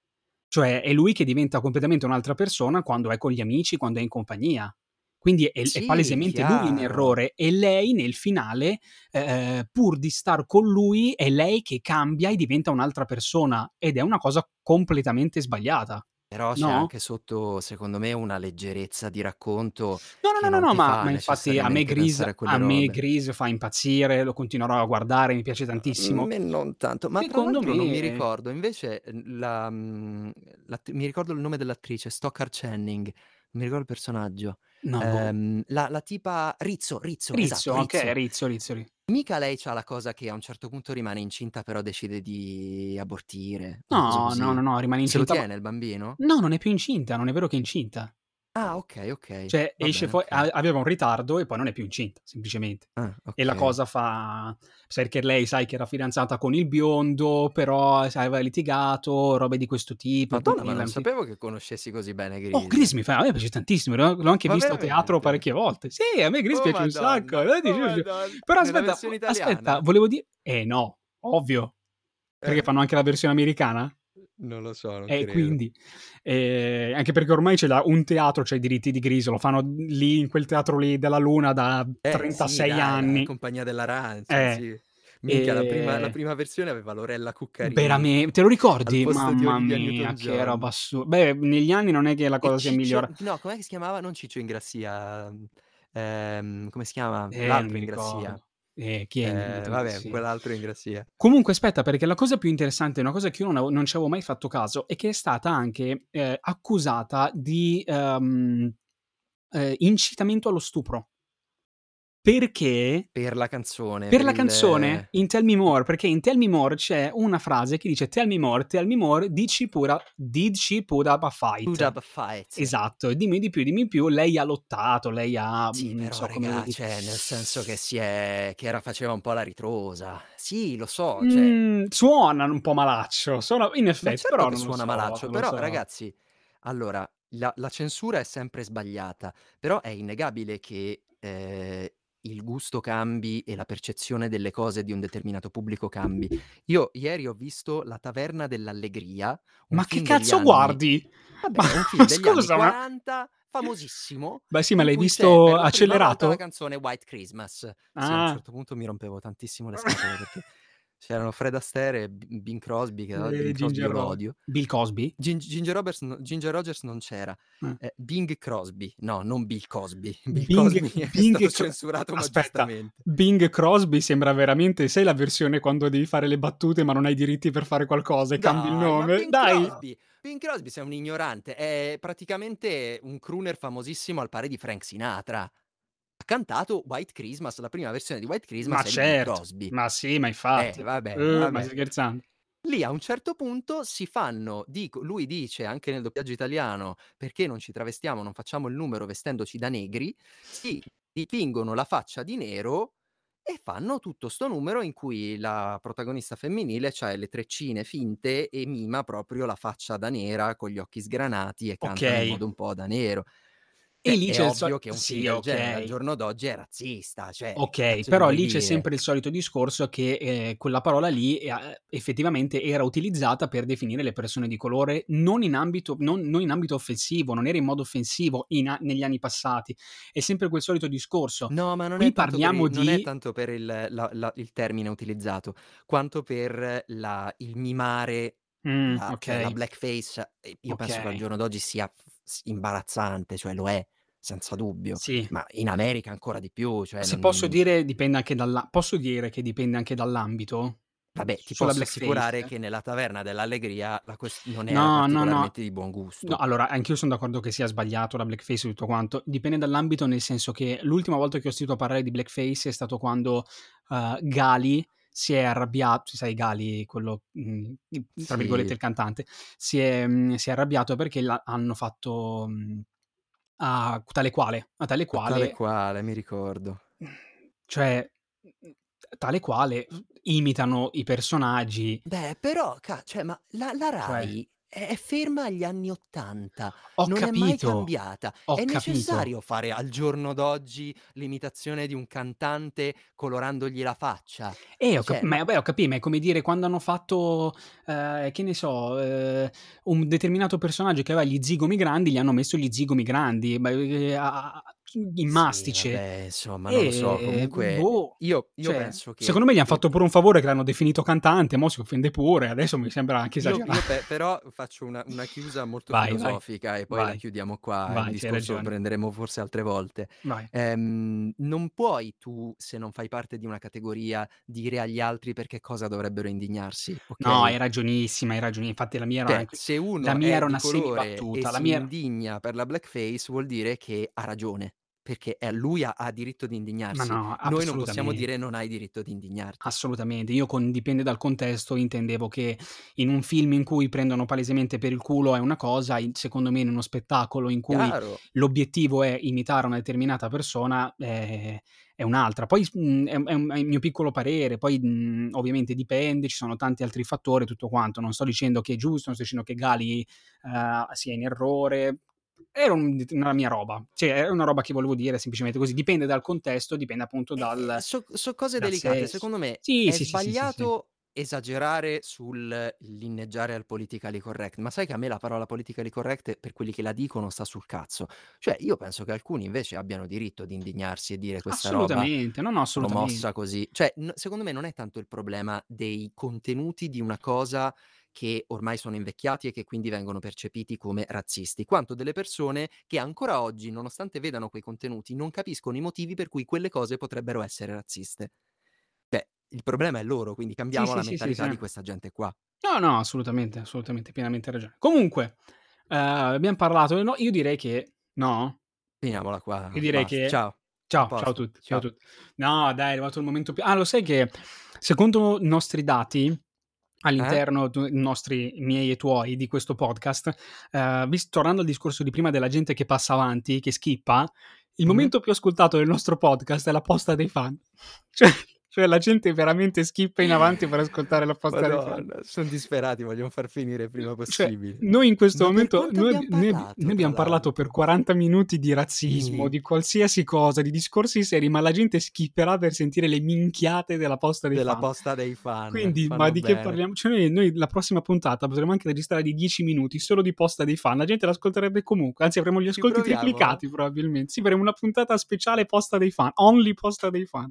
S1: cioè è lui che diventa completamente un'altra persona quando è con gli amici, quando è in compagnia. Quindi è, è
S2: Sì,
S1: palesemente lui in
S2: chiaro.
S1: errore e lei nel finale, eh, pur di star con lui, è lei che cambia e diventa un'altra persona ed è una cosa completamente sbagliata,
S2: Però c'è
S1: no?
S2: anche sotto, secondo me, una leggerezza di racconto
S1: No, no,
S2: che
S1: no, no,
S2: non
S1: no,
S2: ti
S1: ma,
S2: fa
S1: ma infatti a me,
S2: necessariamente
S1: Grease,
S2: pensare a quelle
S1: a me
S2: robe.
S1: Grease fa impazzire, lo continuerò a guardare, mi piace
S2: A
S1: tantissimo.
S2: mm, me non tanto, ma tra
S1: Secondo
S2: l'altro non mi
S1: me,
S2: ricordo, invece eh, la, mm, l'att- mi ricordo il nome dell'attrice, Stockard Channing, non mi ricordo il personaggio,
S1: no, boh.
S2: Ehm, la, la tipa Rizzo, Rizzo,
S1: Rizzo,
S2: esatto,
S1: ok,
S2: Rizzo.
S1: Rizzo, Rizzo, Rizzo.
S2: Mica lei c'ha la cosa che a un certo punto rimane incinta, però decide di abortire, una cosa
S1: No, no, no,
S2: così.
S1: no, rimane
S2: Se lo
S1: incinta. ma-
S2: tiene il bambino?
S1: No, non è più incinta, non è vero che è incinta.
S2: Ah, ok, ok,
S1: Cioè,
S2: va
S1: esce
S2: bene,
S1: fuori,
S2: ok.
S1: a- aveva un ritardo e poi non è più incinta, semplicemente.
S2: Ah,
S1: E la
S2: ok.
S1: cosa fa... Perché lei, sai, che era fidanzata con il biondo, però sai, aveva litigato, robe di questo tipo, poi
S2: Madonna, ma
S1: finiva...
S2: non
S1: in pi-
S2: sapevo che conoscessi così bene
S1: Oh,
S2: Grease.
S1: Gris mi fa, a me piace tantissimo, l'ho l'ho anche
S2: Ma
S1: visto a teatro
S2: veramente?
S1: parecchie volte. Sì, a me Gris
S2: Oh
S1: piace un sacco.
S2: madonna,
S1: eh, ti
S2: oh
S1: giuro, ti giuro.
S2: madonna,
S1: Però
S2: nella
S1: aspetta,
S2: versione
S1: aspetta,
S2: italiana?
S1: volevo dire... Eh no, ovvio, perché
S2: Eh?
S1: fanno anche la versione americana.
S2: Non lo so, non
S1: E
S2: credo.
S1: quindi, eh, anche perché ormai c'è la- un teatro, c'è i diritti di Griso, lo fanno lì in quel teatro lì della Luna da
S2: Eh sì,
S1: 36
S2: dai, la
S1: anni.
S2: compagnia dell'arancia,
S1: Eh,
S2: sì. Minchia, la prima, la
S1: e
S2: prima versione aveva Lorella Cuccarini
S1: veramente, te lo
S2: al
S1: ricordi?
S2: posto di
S1: Mamma
S2: Olivia
S1: mia, che roba
S2: Newton-John.
S1: assurda. Beh, negli anni non è che la
S2: E
S1: cosa sia
S2: Ciccio,
S1: migliorata.
S2: no, com'è che si chiamava? Non Ciccio Ingrassia, mm, ehm, come si chiama?
S1: Eh, non
S2: L'altro
S1: mi
S2: Ingrassia.
S1: ricordo. Eh, chi è in
S2: Eh,
S1: Milton
S2: vabbè,
S1: Garcia?
S2: quell'altro Ingrassia.
S1: Comunque, aspetta, perché la cosa più interessante, una cosa che io non, avevo- non ci avevo mai fatto caso, è che è stata anche eh, accusata di ehm, eh, incitamento allo stupro. Perché
S2: Per la canzone,
S1: per
S2: per
S1: la
S2: il...
S1: canzone
S2: eh,
S1: in Tell Me
S2: mm,
S1: More, perché in Tell Me More c'è una frase che dice Tell Me More, Tell Me More, dici pura, dici put up a
S2: Put
S1: fight.
S2: up a fight.
S1: Esatto, e dimmi di più, dimmi di più, lei ha lottato, lei ha,
S2: Sì,
S1: mm, non
S2: però,
S1: so come lo
S2: regà,
S1: dico.
S2: cioè, nel senso che si è... che era, faceva un po' la ritrosa. Sì, lo so, cioè...
S1: Mm, suona un po' malaccio, suona- in
S2: Ma
S1: effetti,
S2: certo
S1: però
S2: che
S1: non lo
S2: suona
S1: so,
S2: malaccio,
S1: non lo
S2: però
S1: so.
S2: ragazzi, allora, la, la censura è sempre sbagliata, però è innegabile che eh, il gusto cambi e la percezione delle cose di un determinato pubblico cambi. Io ieri ho visto La Taverna dell'Allegria, un
S1: Ma che
S2: film degli
S1: cazzo
S2: anni...
S1: guardi? Ma
S2: Vabbè, un
S1: *laughs*
S2: film degli anni
S1: scusa, ma...
S2: 40, famosissimo,
S1: Beh sì, ma
S2: in
S1: l'hai
S2: cui c'è
S1: visto
S2: per la prima volta la
S1: accelerato?
S2: canzone White Christmas. Sì, a un
S1: Ah.
S2: certo punto mi rompevo
S1: *laughs*
S2: tantissimo le scatole perché c'erano Fred Astaire e B- Bing Crosby, che tra l'altro
S1: Eh,
S2: Bing Crosby
S1: Ginger
S2: io lo
S1: Rob.
S2: odio.
S1: Bill Cosby?
S2: Gin- Ginger, Roberts no- Ginger Rogers non c'era,
S1: Eh.
S2: eh, Bing Crosby, no, non Bill Crosby. Bill
S1: Bing,
S2: Cosby *laughs* è
S1: Bing
S2: stato
S1: Cro-
S2: censurato, ma
S1: aspetta,
S2: giustamente.
S1: Bing Crosby sembra veramente, sai la versione quando devi fare le battute ma non hai diritti per fare qualcosa e eh, cambi il
S2: Dai, ma
S1: nome?
S2: Bing
S1: Dai!
S2: Crosby, Bing Crosby sei un ignorante, è praticamente un crooner famosissimo al pari di Frank Sinatra. Ha cantato White Christmas, la prima versione di White
S1: Ma
S2: Christmas è di Bing
S1: certo,
S2: Crosby.
S1: ma sì, ma
S2: Eh,
S1: infatti.
S2: vabbè,
S1: Eh, ma
S2: vabbè.
S1: stai scherzando?
S2: Lì a un certo punto si fanno, dico- lui dice anche nel doppiaggio italiano, perché non ci travestiamo, non facciamo il numero vestendoci da negri, si dipingono la faccia di nero e fanno tutto sto numero in cui la protagonista femminile ha le treccine finte e mima proprio la faccia da nera con gli occhi sgranati e canta
S1: Ok.
S2: in modo un po' da nero.
S1: E
S2: Cioè,
S1: lì
S2: è
S1: c'è il
S2: ovvio
S1: sol-
S2: che un
S1: sì,
S2: film del
S1: ok.
S2: genere al giorno d'oggi è razzista, cioè, cosa
S1: Ok,
S2: ci
S1: però
S2: vuoi
S1: lì c'è
S2: dire?
S1: sempre il solito discorso che eh, quella parola lì eh, effettivamente era utilizzata per definire le persone di colore non in ambito, non- non in ambito offensivo, non era in modo offensivo in a- negli anni passati. È sempre quel solito discorso.
S2: No, ma non
S1: Qui
S2: è tanto per
S1: parliamo
S2: il, non è
S1: di...
S2: tanto per il, la- la- il termine utilizzato, quanto per la- il mimare,
S1: Mm,
S2: la, cioè la
S1: ok,
S2: blackface. eh, Io penso che al
S1: ok.
S2: giorno d'oggi sia f- imbarazzante, cioè lo è, senza dubbio,
S1: Sì,
S2: ma in America ancora di più. Cioè
S1: se posso
S2: non-
S1: dire, dipende anche dalla... posso dire che dipende anche dall'ambito?
S2: vabbè, ti
S1: Sulla
S2: posso assicurare
S1: blackface?
S2: che nella taverna dell'allegria la ques- non era
S1: No, no, no.
S2: particolarmente di buon
S1: No,
S2: gusto.
S1: allora, anch'io sono d'accordo che sia sbagliato la blackface e tutto quanto. Dipende dall'ambito, nel senso che l'ultima volta che ho sentito parlare di blackface è stato quando eh, Gali si è arrabbiato, sai Gali, quello, mh, tra virgolette
S2: Sì,
S1: il cantante, si è, mh, si è arrabbiato perché la- hanno fatto mh, a tale quale, a tale
S2: a tale
S1: quale
S2: quale, mi ricordo.
S1: cioè tale quale imitano i personaggi,
S2: Beh, però, ca- cioè, ma la, la
S1: cioè
S2: Rai è è ferma agli anni Ottanta,
S1: ho
S2: non è mai
S1: capito,
S2: cambiata.
S1: ho
S2: È
S1: capito.
S2: necessario fare al giorno d'oggi l'imitazione di un cantante colorandogli la faccia?
S1: Eh, ho cap-
S2: Cioè,
S1: ma
S2: ma
S1: vabbè, ho capito, ma è come dire quando hanno fatto, eh, che ne so, eh, un determinato personaggio che aveva gli zigomi grandi, gli hanno messo gli zigomi grandi, ma- eh, a- a- in
S2: sì,
S1: mastice.
S2: vabbè, insomma, non lo so.
S1: E
S2: Comunque,
S1: boh,
S2: io, io
S1: cioè,
S2: penso che
S1: secondo me gli hanno
S2: il-
S1: fatto pure un favore che l'hanno definito cantante, mo si offende pure, adesso mi sembra anche
S2: Io, io
S1: esagerato.
S2: pe- però faccio una, una chiusa molto
S1: Vai, vai,
S2: filosofica e poi la
S1: vai,
S2: chiudiamo qua, è un
S1: vai, c'hai
S2: discorso lo
S1: ragione,
S2: prenderemo forse altre volte.
S1: vai.
S2: Ehm, non puoi tu, se non fai parte di una categoria, dire agli altri perché cosa dovrebbero indignarsi,
S1: No,
S2: ok?
S1: hai ragionissima, hai ragione. Infatti la mia era
S2: Cioè,
S1: anche
S2: se
S1: la
S2: uno
S1: mia
S2: è
S1: era
S2: di
S1: una
S2: colore e
S1: semibattuta, la
S2: si
S1: mia
S2: indigna per la blackface, vuol dire che ha ragione, perché è- lui ha, ha diritto di
S1: ma
S2: indignarsi.
S1: no,
S2: Noi non possiamo
S1: assolutamente.
S2: dire non hai diritto di indignarti.
S1: Assolutamente, io con dipende dal contesto intendevo che in un film in cui prendono palesemente per il culo è una cosa, in- secondo me in uno spettacolo in cui
S2: Chiaro?
S1: l'obiettivo è imitare una determinata persona eh, è, un'altra. Poi mh, è, è un- è il mio piccolo parere, poi mh, ovviamente dipende, ci sono tanti altri fattori, tutto quanto. Non sto dicendo che è giusto, non sto dicendo che Gali eh, sia in errore. Era un- una mia roba, cioè era una roba che volevo dire semplicemente così, dipende dal contesto, dipende appunto
S2: Eh,
S1: dal,
S2: so, so cose
S1: dal
S2: delicate.
S1: sesso.
S2: Secondo me
S1: Sì,
S2: è
S1: sì, sì, sì, sì, sì.
S2: sbagliato esagerare sul linneggiare al politically correct, ma sai che a me la parola politically correct per quelli che la dicono sta sul cazzo. Cioè, io penso che alcuni invece abbiano diritto di indignarsi e dire questa roba
S1: Assolutamente, no, no, assolutamente.
S2: promossa così. Cioè, n- secondo me non è tanto il problema dei contenuti di una cosa che ormai sono invecchiati e che quindi vengono percepiti come razzisti, quanto delle persone che ancora oggi, nonostante vedano quei contenuti, non capiscono i motivi per cui quelle cose potrebbero essere razziste. Beh, il problema è loro, quindi
S1: Sì,
S2: cambiamo
S1: sì,
S2: la
S1: sì, sì, sì.
S2: mentalità di
S1: No,
S2: questa gente qua.
S1: no, assolutamente, assolutamente, pienamente ragione. Comunque, eh, abbiamo parlato, no, io direi che no,
S2: Finiamola
S1: io
S2: qua,
S1: direi
S2: basta.
S1: che
S2: Ciao, a
S1: ciao, ciao a
S2: posto,
S1: tutti, ciao a
S2: ciao.
S1: tutti. No, dai, è arrivato il momento più Ah, lo sai che secondo i nostri dati
S2: Eh?
S1: all'interno tu- nostri miei e tuoi di questo podcast, eh, vis- tornando al discorso di prima della gente che passa avanti, che schippa, il
S2: Mhm.
S1: momento più ascoltato del nostro podcast è la posta dei fan. *laughs* Cioè, cioè la gente veramente schippa in avanti per ascoltare la posta dei fan.
S2: Madonna, sono disperati, vogliono far finire il prima
S1: Cioè,
S2: possibile.
S1: noi in questo
S2: Ma per
S1: momento,
S2: quanto
S1: noi,
S2: abbiamo
S1: abbi- noi abbi- noi
S2: parlato, tra
S1: abbiamo parlato per
S2: l'altro? Mm.
S1: 40 minuti di razzismo,
S2: Sì,
S1: di qualsiasi cosa, di discorsi seri, ma la gente schipperà per sentire le minchiate della posta dei
S2: della
S1: fan.
S2: posta dei fan,
S1: Quindi, ma
S2: fanno
S1: di che
S2: bene.
S1: parliamo? Cioè, noi, noi la prossima puntata potremmo anche registrare di 10 minuti solo di posta dei fan. La gente l'ascolterebbe comunque, anzi, avremmo gli
S2: Ci
S1: ascolti
S2: proviamo?
S1: triplicati probabilmente. Sì, avremmo una puntata speciale posta dei fan, only posta dei fan.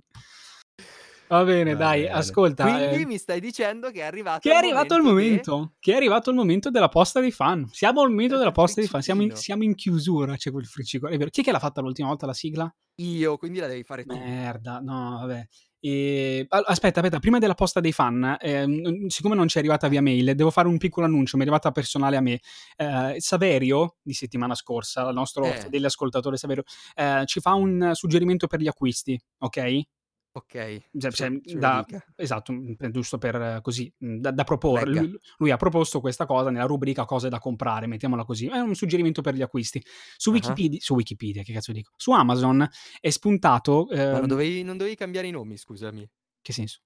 S1: Va bene,
S2: Va
S1: dai,
S2: bene.
S1: ascolta.
S2: Quindi
S1: eh,
S2: mi stai dicendo che è arrivato
S1: che è
S2: il
S1: arrivato il
S2: momento de...
S1: momento, che è arrivato il momento della posta dei fan. Siamo al momento
S2: del
S1: della posta dei fan, siamo in,
S2: friccicolino.
S1: siamo in chiusura, c'è quel friccicolino. È vero, chi è che l'ha fatta l'ultima volta la sigla?
S2: Io, quindi la devi fare tu.
S1: Merda, no, vabbè. E- a- Aspetta, aspetta, prima della posta dei fan, ehm, siccome non ci è arrivata
S2: Eh,
S1: via mail, devo fare un piccolo annuncio, mi è arrivata personale a me. Eh, Saverio, di settimana scorsa, il nostro
S2: eh,
S1: fedele ascoltatore Saverio, eh, ci fa un suggerimento per gli acquisti, ok?
S2: Okay,
S1: Cioè,
S2: ce lo
S1: cioè,
S2: ce lo
S1: da-
S2: dica.
S1: esatto, m, per- giusto per eh, così, m, da, da proporre.
S2: Legga.
S1: Lui, lui ha proposto questa cosa nella rubrica cose da comprare, mettiamola così. È un suggerimento per gli acquisti. Su
S2: Ah.
S1: Wikipedia, su Wikipedia, che cazzo dico? Su Amazon è spuntato...
S2: Ma non
S1: ehm,
S2: dovevi, non dovevi cambiare i nomi, scusami.
S1: che senso?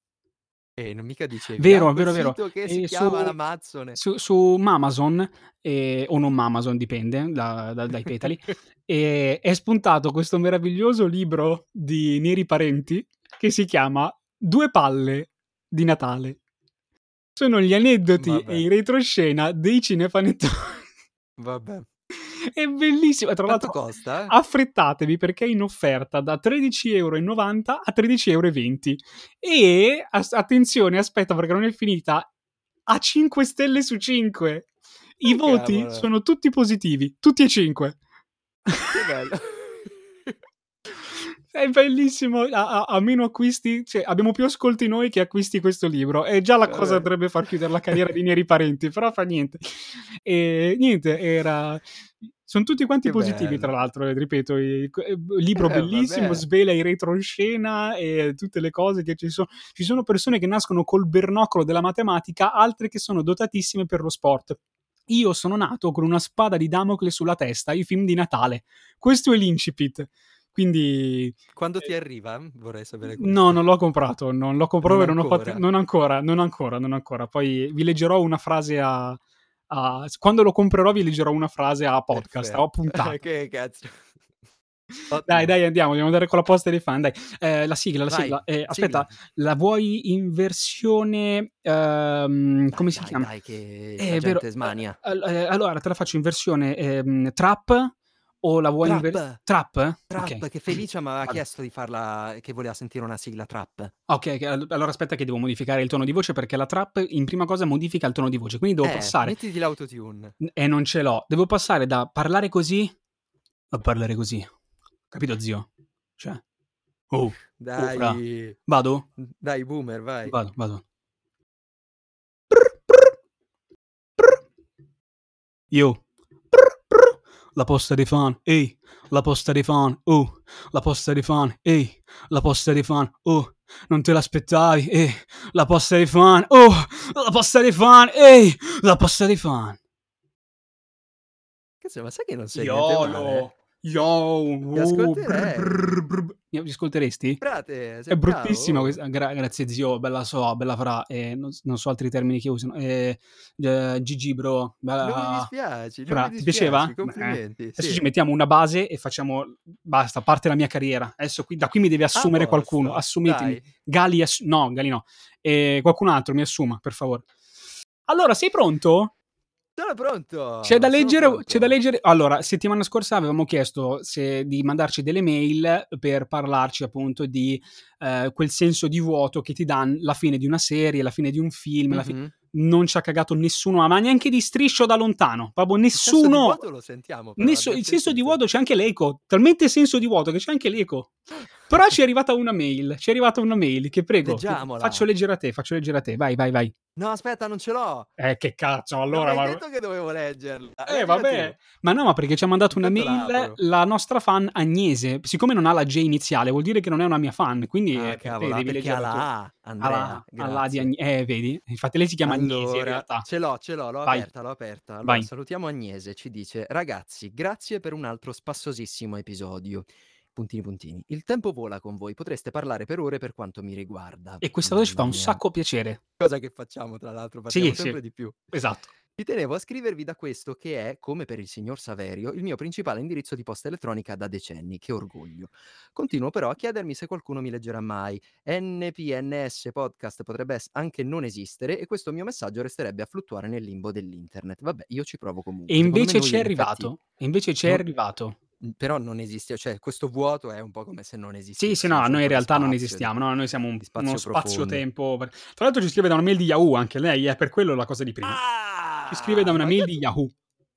S2: E non mica dicevi.
S1: Vero,
S2: "Ah, quel
S1: vero, vero.
S2: sito che si
S1: E
S2: chiama
S1: su,
S2: l'Amazzone.
S1: su, su Amazon, eh, o non Amazon, dipende da- da- dai
S2: *laughs*
S1: petali, e è spuntato questo meraviglioso libro di Neri Parenti che si chiama Due palle di Natale. Sono gli aneddoti e
S2: Vabbè,
S1: i retroscena dei cinepanettoni.
S2: vabbè.
S1: È bellissimo. E Tra
S2: Quanto
S1: l'altro, Ah.
S2: costa? eh?
S1: affrettatevi perché è in offerta da 13,90 a 13,20 E as- attenzione, aspetta perché non è finita. A 5 stelle su 5. I
S2: Oh,
S1: voti
S2: cavolo,
S1: sono tutti positivi, tutti e 5.
S2: che
S1: *laughs*
S2: bello.
S1: È bellissimo, a, a- a meno acquisti, cioè, abbiamo più ascolti noi che acquisti questo libro. E già la cosa
S2: Vabbè.
S1: dovrebbe far chiudere la carriera di Neri Parenti, però fa niente. E niente, era... Sono tutti quanti
S2: Che
S1: positivi, tra
S2: bello.
S1: l'altro, eh, ripeto, il libro
S2: *laughs* Eh,
S1: bellissimo,
S2: vabbè.
S1: svela i retroscena e tutte le cose che ci sono. Ci sono persone che nascono col bernoccolo della matematica, altre che sono dotatissime per lo sport. Io sono nato con una spada di Damocle sulla testa, i film di Natale. Questo è l'incipit. Quindi
S2: Quando ti
S1: eh,
S2: arriva? Vorrei sapere
S1: no,
S2: Eh, questo.
S1: non l'ho comprato, non l'ho comprato
S2: Non
S1: perché non ho fatto
S2: ancora.
S1: non ancora, non ancora, non ancora. Poi vi leggerò una frase a, a- quando lo comprerò vi leggerò una frase a podcast, a
S2: Perfetto.
S1: puntata.
S2: *laughs* che cazzo.
S1: *laughs* Dai,
S2: Ottimo.
S1: dai, andiamo, dobbiamo andare con la posta dei fan, dai. Eh, la sigla, la
S2: Vai,
S1: sigla. Eh,
S2: sigla.
S1: aspetta, la vuoi in versione ehm, come
S2: Dai,
S1: si
S2: dai,
S1: chiama?
S2: dai, che la
S1: È vero.
S2: gente smania.
S1: Eh, all- eh, Allora, te la faccio in versione ehm, trap o la vuoi in
S2: Trap,
S1: versione trap? Ok.
S2: trap, che Felicia mi aveva
S1: Vado.
S2: chiesto di farla, che voleva sentire una sigla trap.
S1: Ok, che- all- allora aspetta che devo modificare il tono di voce perché la trap in prima cosa modifica il tono di voce, quindi devo
S2: Eh,
S1: passare
S2: mettiti l'autotune.
S1: e non ce l'ho, devo passare da parlare così a parlare così. Capito zio? Cioè, oh, oh fra,
S2: Dai,
S1: vado?
S2: dai boomer, vai.
S1: Vado, vado. Io. La posta dei fan, ehi, la posta dei fan, oh, la posta dei fan, ehi, la posta dei fan, oh, non te l'aspettavi, ehi, la posta dei fan, oh, la posta dei fan, ehi, la posta dei fan.
S2: Cazzo, ma sai che non sei niente male?
S1: Iolo, yo,
S2: Ti
S1: oh, brr,
S2: ascolterei.
S1: brr, brr. Mi ascolteresti?
S2: Frate,
S1: È
S2: sei
S1: bruttissima
S2: bravo.
S1: questa. gra- grazie, zio. Bella so, bella fra. eh, non, non so altri termini che usano. Eh, eh, Gigi, bro.
S2: Non mi
S1: Bella
S2: dispiaci, non mi
S1: ah, fra. Ti
S2: dispiaci,
S1: piaceva? Eh.
S2: complimenti,
S1: Adesso
S2: sì.
S1: ci mettiamo una base e facciamo. Basta, parte la mia carriera. Adesso qui, da qui mi devi
S2: A
S1: assumere qualcuno.
S2: posto,
S1: Assumetemi.
S2: Ah, dai.
S1: Gali, ass- no, Gali no. Eh, qualcun altro mi assuma, per favore. Allora, sei pronto?
S2: Sono
S1: C'è da
S2: pronto, sono
S1: leggere, c'è da
S2: pronto.
S1: leggere. Allora, settimana scorsa avevamo chiesto se- di mandarci delle mail per parlarci appunto di eh, quel senso di vuoto che ti dà la fine di una serie, la fine di un film. la fi-
S2: Mhm.
S1: Non ci ha cagato nessuno, ah, ma neanche di striscio da lontano. Proprio
S2: Il senso di
S1: nessuno.
S2: vuoto lo sentiamo però,
S1: nessu-
S2: l'abbiamo
S1: il senso di
S2: sentito.
S1: vuoto c'è anche l'eco. Talmente senso di vuoto che c'è anche l'eco. Però ci è arrivata una mail. Ci è arrivata una mail che prego, ti- faccio
S2: Leggiamola.
S1: leggere a te, faccio leggere a te. Vai, vai, vai.
S2: No, aspetta, non ce l'ho.
S1: Eh, che cazzo,
S2: Non
S1: allora.
S2: hai
S1: ma-
S2: detto che dovevo leggerla.
S1: Eh,
S2: Leggila tu.
S1: vabbè, ma no, ma perché ci ha mandato una
S2: Intanto la
S1: mail
S2: apro.
S1: la nostra fan Agnese. Siccome non ha la J iniziale, vuol dire che non è una mia fan, quindi
S2: Ah,
S1: eh, per te
S2: cavolo, ah,
S1: devi
S2: perché ha
S1: leggerla tu.
S2: la A,
S1: Alla,
S2: Andrea,
S1: alla di
S2: grazie.
S1: Agnese, eh, vedi? Infatti lei si chiama Agnese in
S2: Allora,
S1: realtà.
S2: ce l'ho, ce l'ho, l'ho
S1: Vai,
S2: aperta, l'ho aperta. Allora,
S1: vai.
S2: salutiamo Agnese, ci dice, ragazzi, grazie per un altro spassosissimo episodio. Puntini, puntini. Il tempo vola con voi, potreste parlare per ore per quanto mi riguarda.
S1: E questa cosa ci
S2: Mamma
S1: fa un
S2: mia.
S1: sacco piacere.
S2: Cosa che facciamo, tra l'altro,
S1: Sì,
S2: parliamo
S1: sì,
S2: sempre di più.
S1: esatto.
S2: Ci tenevo a scrivervi da questo che è, come per il signor Saverio, il mio principale indirizzo di posta elettronica da decenni, che orgoglio. Continuo però a chiedermi se qualcuno mi leggerà mai. NPNS podcast potrebbe es- anche non esistere e questo mio messaggio resterebbe a fluttuare nel limbo dell'internet. Vabbè, io ci provo
S1: E
S2: comunque. Secondo me
S1: invece
S2: noi
S1: c'è
S2: in effetti
S1: arrivato. E invece c'è
S2: non-
S1: arrivato.
S2: però non esiste, cioè questo vuoto è un po' come se non
S1: Sì, sì,
S2: esistessimo,
S1: no,
S2: c'è un
S1: noi in
S2: po' di
S1: realtà non
S2: spazio, di,
S1: esistiamo, no? Noi siamo un-
S2: di
S1: uno
S2: spazio profondo.
S1: spazio-tempo. Tra l'altro ci scrive da una mail di Yahoo anche lei, è per quello la cosa di prima. Ci scrive da
S2: Ah,
S1: una
S2: ma
S1: mail
S2: io
S1: di Yahoo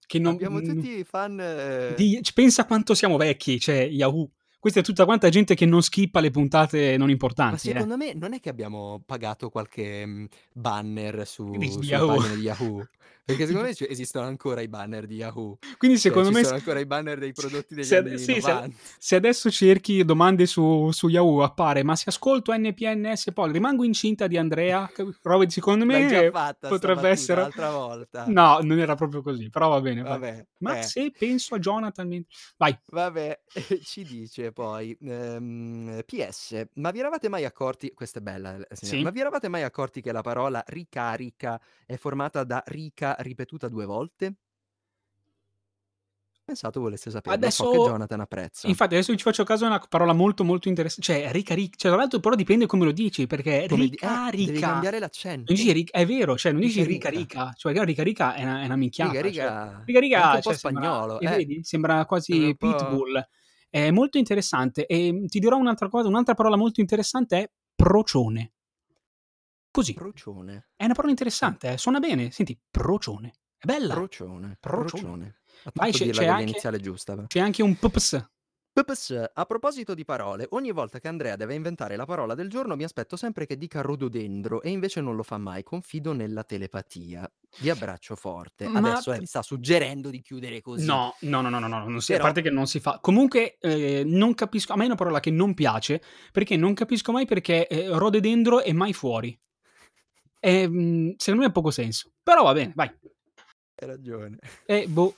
S1: che non...
S2: abbiamo tutti i fan... eh,
S1: di- c- pensa quanto siamo vecchi, cioè Yahoo. Questa è tutta quanta gente che non skippa le puntate non
S2: Ma
S1: importanti. eh.
S2: secondo me non è che abbiamo pagato qualche mh, banner su,
S1: Di
S2: sulla
S1: Yahoo.
S2: pagina di Yahoo. Perché
S1: *laughs*
S2: secondo me ci- esistono ancora i banner di Yahoo. Cioè,
S1: Quindi secondo
S2: ci
S1: me
S2: sono ancora i banner dei prodotti degli
S1: se-
S2: anni
S1: sì, se-
S2: 90.
S1: se adesso cerchi domande su, su Yahoo appare ma se ascolto NPNS poi rimango incinta di Andrea, roba di- secondo
S2: L'ha già
S1: me potrebbe
S2: fatta potrebbe
S1: essere-
S2: l'altra volta.
S1: no, non era proprio così, però va bene. vai.
S2: Vabbè,
S1: Ma
S2: eh.
S1: se penso a Jonathan, mi- vai.
S2: Vabbè, *laughs* ci dice poi, ehm, PS, ma vi eravate mai accorti, questa è bella, eh, signora,
S1: Sì.
S2: ma vi eravate mai accorti che la parola ricarica è formata da rica ripetuta due volte? Pensato volesse saperlo, so che
S1: Adesso-
S2: Jonathan apprezza.
S1: Infatti, adesso ci faccio caso a una parola molto, molto interessante. Cioè, ricarica. Cioè, tra l'altro, però dipende come lo dici, perché
S2: Come di- eh,
S1: ricarica.
S2: devi cambiare
S1: non
S2: l'accento.
S1: dici ric- è vero, cioè, non dici
S2: Ricarica.
S1: ricarica. Cioè, perché ricarica è una, è una minchiata.
S2: Riga,
S1: cioè.
S2: riga,
S1: Riga, riga,
S2: è anche un po'
S1: cioè, sembra-
S2: spagnolo,
S1: e
S2: eh.
S1: vedi? Sembra
S2: Sembra
S1: quasi
S2: un po'-
S1: pitbull. È molto interessante. E ti dirò un'altra cosa, un'altra parola molto interessante è procione. Così,
S2: Procione,
S1: è una parola interessante, eh, suona bene. Senti, procione. È bella.
S2: procione,
S1: Procione.
S2: procione. Ha
S1: Vai,
S2: fatto
S1: c'è-
S2: dirla
S1: c'è
S2: con
S1: anche-
S2: l'iniziale giusta, però.
S1: C'è anche un pps.
S2: Pps, a proposito di parole, ogni volta che Andrea deve inventare la parola del giorno mi aspetto sempre che dica rododendro e invece non lo fa mai, confido nella telepatia. Vi abbraccio forte.
S1: Ma-
S2: Adesso eh, mi sta suggerendo di chiudere così.
S1: No, no, no, no, no, no, non si-
S2: Però-
S1: a parte che non si fa. Comunque, eh, non capisco. A me è una parola che non piace perché non capisco mai perché eh, rododendro è mai fuori. E, mh, secondo me ha poco senso. Però va bene, vai.
S2: Hai ragione.
S1: Eh, boh.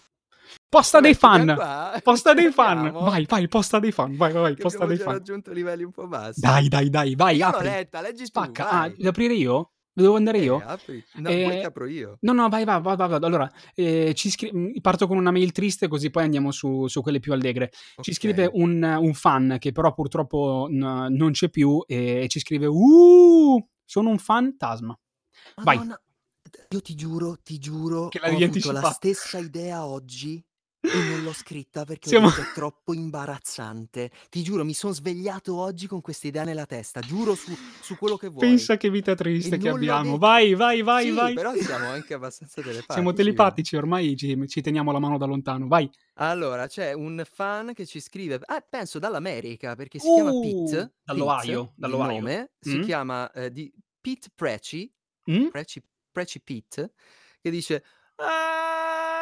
S1: Posta dei
S2: Vabbè,
S1: fan.
S2: qua-
S1: Posta dei fan.
S2: chiudiamo,
S1: Vai, vai, posta dei fan. Vai, vai, vai,
S2: che
S1: posta
S2: abbiamo
S1: dei
S2: già
S1: fan.
S2: raggiunto livelli un po' bassi.
S1: Dai, dai, dai, vai,
S2: Io l'ho
S1: apri.
S2: letta, leggi tu,
S1: Spacca. Ah,
S2: vai.
S1: devo aprire io? Devo andare
S2: Eh,
S1: io?
S2: apri. No,
S1: Eh,
S2: poi ti apro io.
S1: No, no, vai, vai, vai, vai. vai. Allora, eh, ci scri- mm, parto con una mail triste così poi andiamo su, su quelle più allegre. Ci
S2: Ok.
S1: scrive un, un fan che però purtroppo n- non c'è più e ci scrive Uh, sono un fantasma. vai.
S2: Madonna, Ah, Io ti giuro, ti giuro,
S1: Che
S2: che
S1: la
S2: ho
S1: devi
S2: avuto la
S1: anticipare.
S2: stessa idea oggi e non l'ho scritta perché
S1: Siamo-
S2: ho detto è troppo imbarazzante. Ti giuro, mi sono svegliato oggi con questa idea nella testa, giuro su, su quello che vuoi.
S1: Pensa che vita triste
S2: E
S1: che
S2: non l'ho
S1: abbiamo.
S2: detto.
S1: Vai, vai, vai,
S2: Sì,
S1: vai.
S2: però siamo anche abbastanza telepatici.
S1: Siamo telepatici, ormai ci, ci teniamo la mano da lontano. Vai.
S2: Allora, c'è un fan che ci scrive, ah, penso dall'America, perché si chiama
S1: Uh,
S2: Pete,
S1: dall'Ohio,
S2: Pete, di
S1: dall'Ohio.
S2: nome, si
S1: Mm.
S2: chiama eh, di Pete Preci,
S1: Mm?
S2: Preci, Preci Pete, che dice... "Ah!"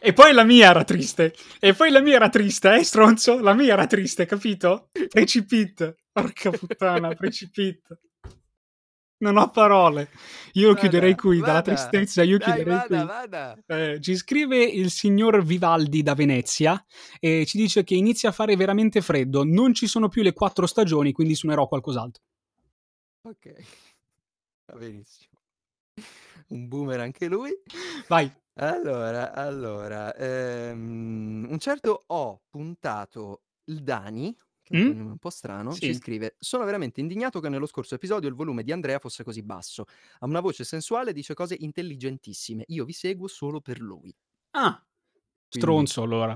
S1: E poi la mia era triste. E poi la mia era triste, eh, stronzo? La mia era triste, capito? Precipit. Porca
S2: *laughs*
S1: puttana, precipit. Non ho parole. Io
S2: Vada,
S1: chiuderei qui, dalla
S2: vada.
S1: tristezza io
S2: Dai,
S1: chiuderei qui.
S2: vada, vada.
S1: Eh, ci scrive il signor Vivaldi da Venezia e ci dice che inizia a fare veramente freddo, non ci sono più le quattro stagioni, quindi suonerò qualcos'altro.
S2: Ok, *laughs* va benissimo. Un boomer anche lui.
S1: Vai.
S2: Allora, allora, ehm, un certo ho puntato il Dani, che è un
S1: Mm?
S2: cognome un po' strano, ci
S1: Sì.
S2: scrive: Sono veramente indignato che nello scorso episodio il volume di Andrea fosse così basso. Ha una voce sensuale e dice cose intelligentissime. Io vi seguo solo per lui.
S1: Ah, stronzo allora.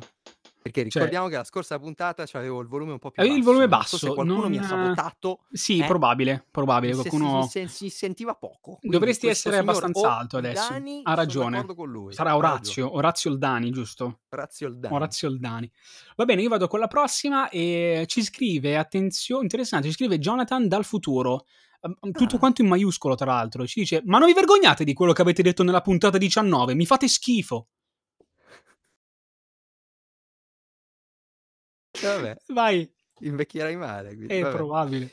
S2: Perché
S1: Cioè-
S2: ricordiamo che la scorsa puntata avevo il volume un po' più basso.
S1: Avevi il volume
S2: non so se
S1: basso,
S2: qualcuno mi ha
S1: non-
S2: sabotato.
S1: Sì,
S2: Eh?
S1: probabile, probabile.
S2: Mi se-
S1: Qualcuno...
S2: si, si- si sentiva poco. Quindi
S1: Dovresti
S2: questo
S1: essere
S2: signor
S1: abbastanza
S2: O-
S1: alto adesso.
S2: Dani,
S1: ha
S2: sono
S1: ragione.
S2: d'accordo con lui.
S1: Sarà
S2: ha ragione.
S1: Orazio, Orazio Oldani, giusto?
S2: Orazio il Dani.
S1: Orazio Oldani. Va bene, io vado con la prossima e ci scrive, attenzione, interessante, ci scrive Jonathan dal futuro. Ehm, Tutto
S2: Ah.
S1: quanto in maiuscolo, tra l'altro. Ci dice, ma non vi vergognate di quello che avete detto nella puntata 19, mi fate schifo.
S2: Vabbè,
S1: Vai,
S2: invecchierai male. quindi,
S1: è
S2: vabbè.
S1: probabile.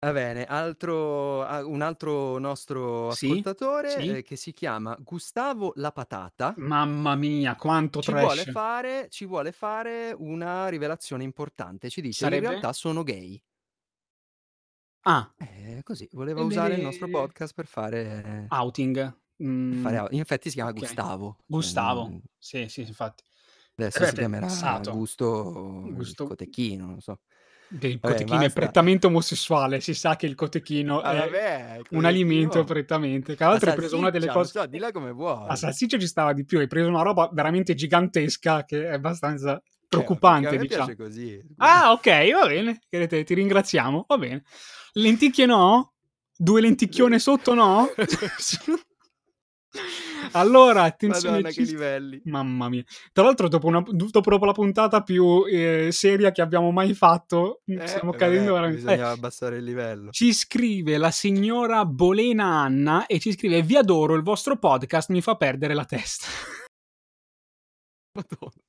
S2: Va bene, altro- ah, un altro nostro
S1: Sì,
S2: ascoltatore
S1: sì.
S2: eh, che si chiama Gustavo La Patata.
S1: Mamma mia, quanto
S2: Ci vuole,
S1: trash.
S2: fare, ci vuole fare una rivelazione importante. Ci dice:
S1: Sarebbe?
S2: In realtà sono gay.
S1: Ah,
S2: Eh, così, voleva
S1: Eh,
S2: usare il nostro
S1: beh.
S2: podcast per fare.
S1: outing.
S2: per
S1: Ah, Mm,
S2: fare- in effetti si chiama
S1: ok.
S2: Gustavo. cioè,
S1: Gustavo.
S2: non-
S1: Sì, sì, infatti.
S2: Adesso
S1: Beh,
S2: si chiamerà
S1: pensato.
S2: Gusto il
S1: Gusto-
S2: Cotechino, non so.
S1: Beh, il
S2: Vabbè,
S1: cotechino è
S2: basta.
S1: prettamente omosessuale, si sa che il cotechino
S2: Ah,
S1: è
S2: vabbè,
S1: Oh, eh, un alimento
S2: Cotechino.
S1: prettamente. Tra
S2: La
S1: l'altro hai preso una delle
S2: salsiccia,
S1: cose...
S2: Non so, dilla come vuoi. Cioè,
S1: La salsiccia ci stava di più, hai preso una roba veramente gigantesca che è abbastanza
S2: Eh, perché
S1: preoccupante,
S2: a me
S1: diciamo.
S2: piace così. scusa.
S1: Ah, ok, va bene, Chiedete, ti ringraziamo, va bene.
S2: *laughs*
S1: Lenticchie no? Due lenticchione sotto no? *laughs* Allora, attenzione.
S2: Madonna, che
S1: ci-
S2: livelli.
S1: Mamma mia. Tra l'altro, dopo, una- dopo la puntata più eh, seria che abbiamo mai fatto, mm, stiamo
S2: Eh,
S1: cadendo
S2: vabbè,
S1: veramente.
S2: Bisognava
S1: Eh,
S2: abbassare
S1: *laughs*
S2: il livello.
S1: ci scrive la signora Bolena Anna e ci scrive: Vi adoro, il vostro podcast mi fa perdere la testa.
S2: Madonna.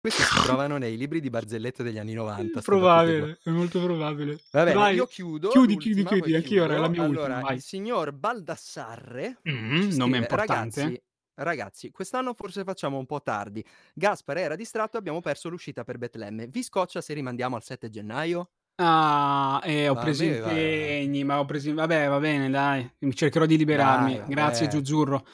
S2: Questi si trovano nei libri di barzellette degli anni 90. sto da tutte
S1: probabile, è molto probabile.
S2: qua. Va bene,
S1: Vai.
S2: io chiudo.
S1: Chiudi, chiudi,
S2: l'ultima, poi
S1: chiudi, anch'io,
S2: chiudo.
S1: era la mia
S2: allora,
S1: ultima, vai.
S2: il signor Baldassarre
S1: Mm, nome
S2: ci scrive,
S1: importante.
S2: Ragazzi, ragazzi, quest'anno forse facciamo un po' tardi. Gaspar era distratto, abbiamo perso l'uscita per Betlemme. Vi scoccia se rimandiamo al 7 gennaio?
S1: Ah, eh, ho
S2: Va
S1: preso
S2: bene,
S1: impegni, ma ho preso... Vabbè, va bene, dai, cercherò di liberarmi.
S2: Dai, vabbè.
S1: Grazie, Giuzzurro.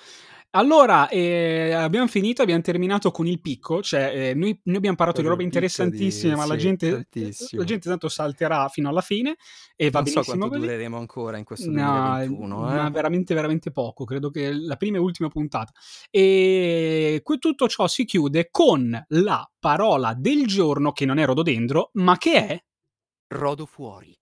S1: Allora, eh, abbiamo finito, abbiamo terminato con il picco, cioè eh, noi, noi abbiamo parlato di
S2: Con il
S1: robe
S2: picco di-
S1: interessantissime, ma la
S2: sì,
S1: gente,
S2: tantissimo.
S1: la gente tanto salterà fino alla fine e va
S2: non so
S1: benissimo
S2: quanto
S1: così.
S2: dureremo ancora in questo
S1: No,
S2: 2021.
S1: ma
S2: eh.
S1: veramente, veramente poco. Credo che la prima e ultima puntata. E qui tutto ciò si chiude con la parola del giorno che non è rododendro, ma che è
S2: Rodo fuori.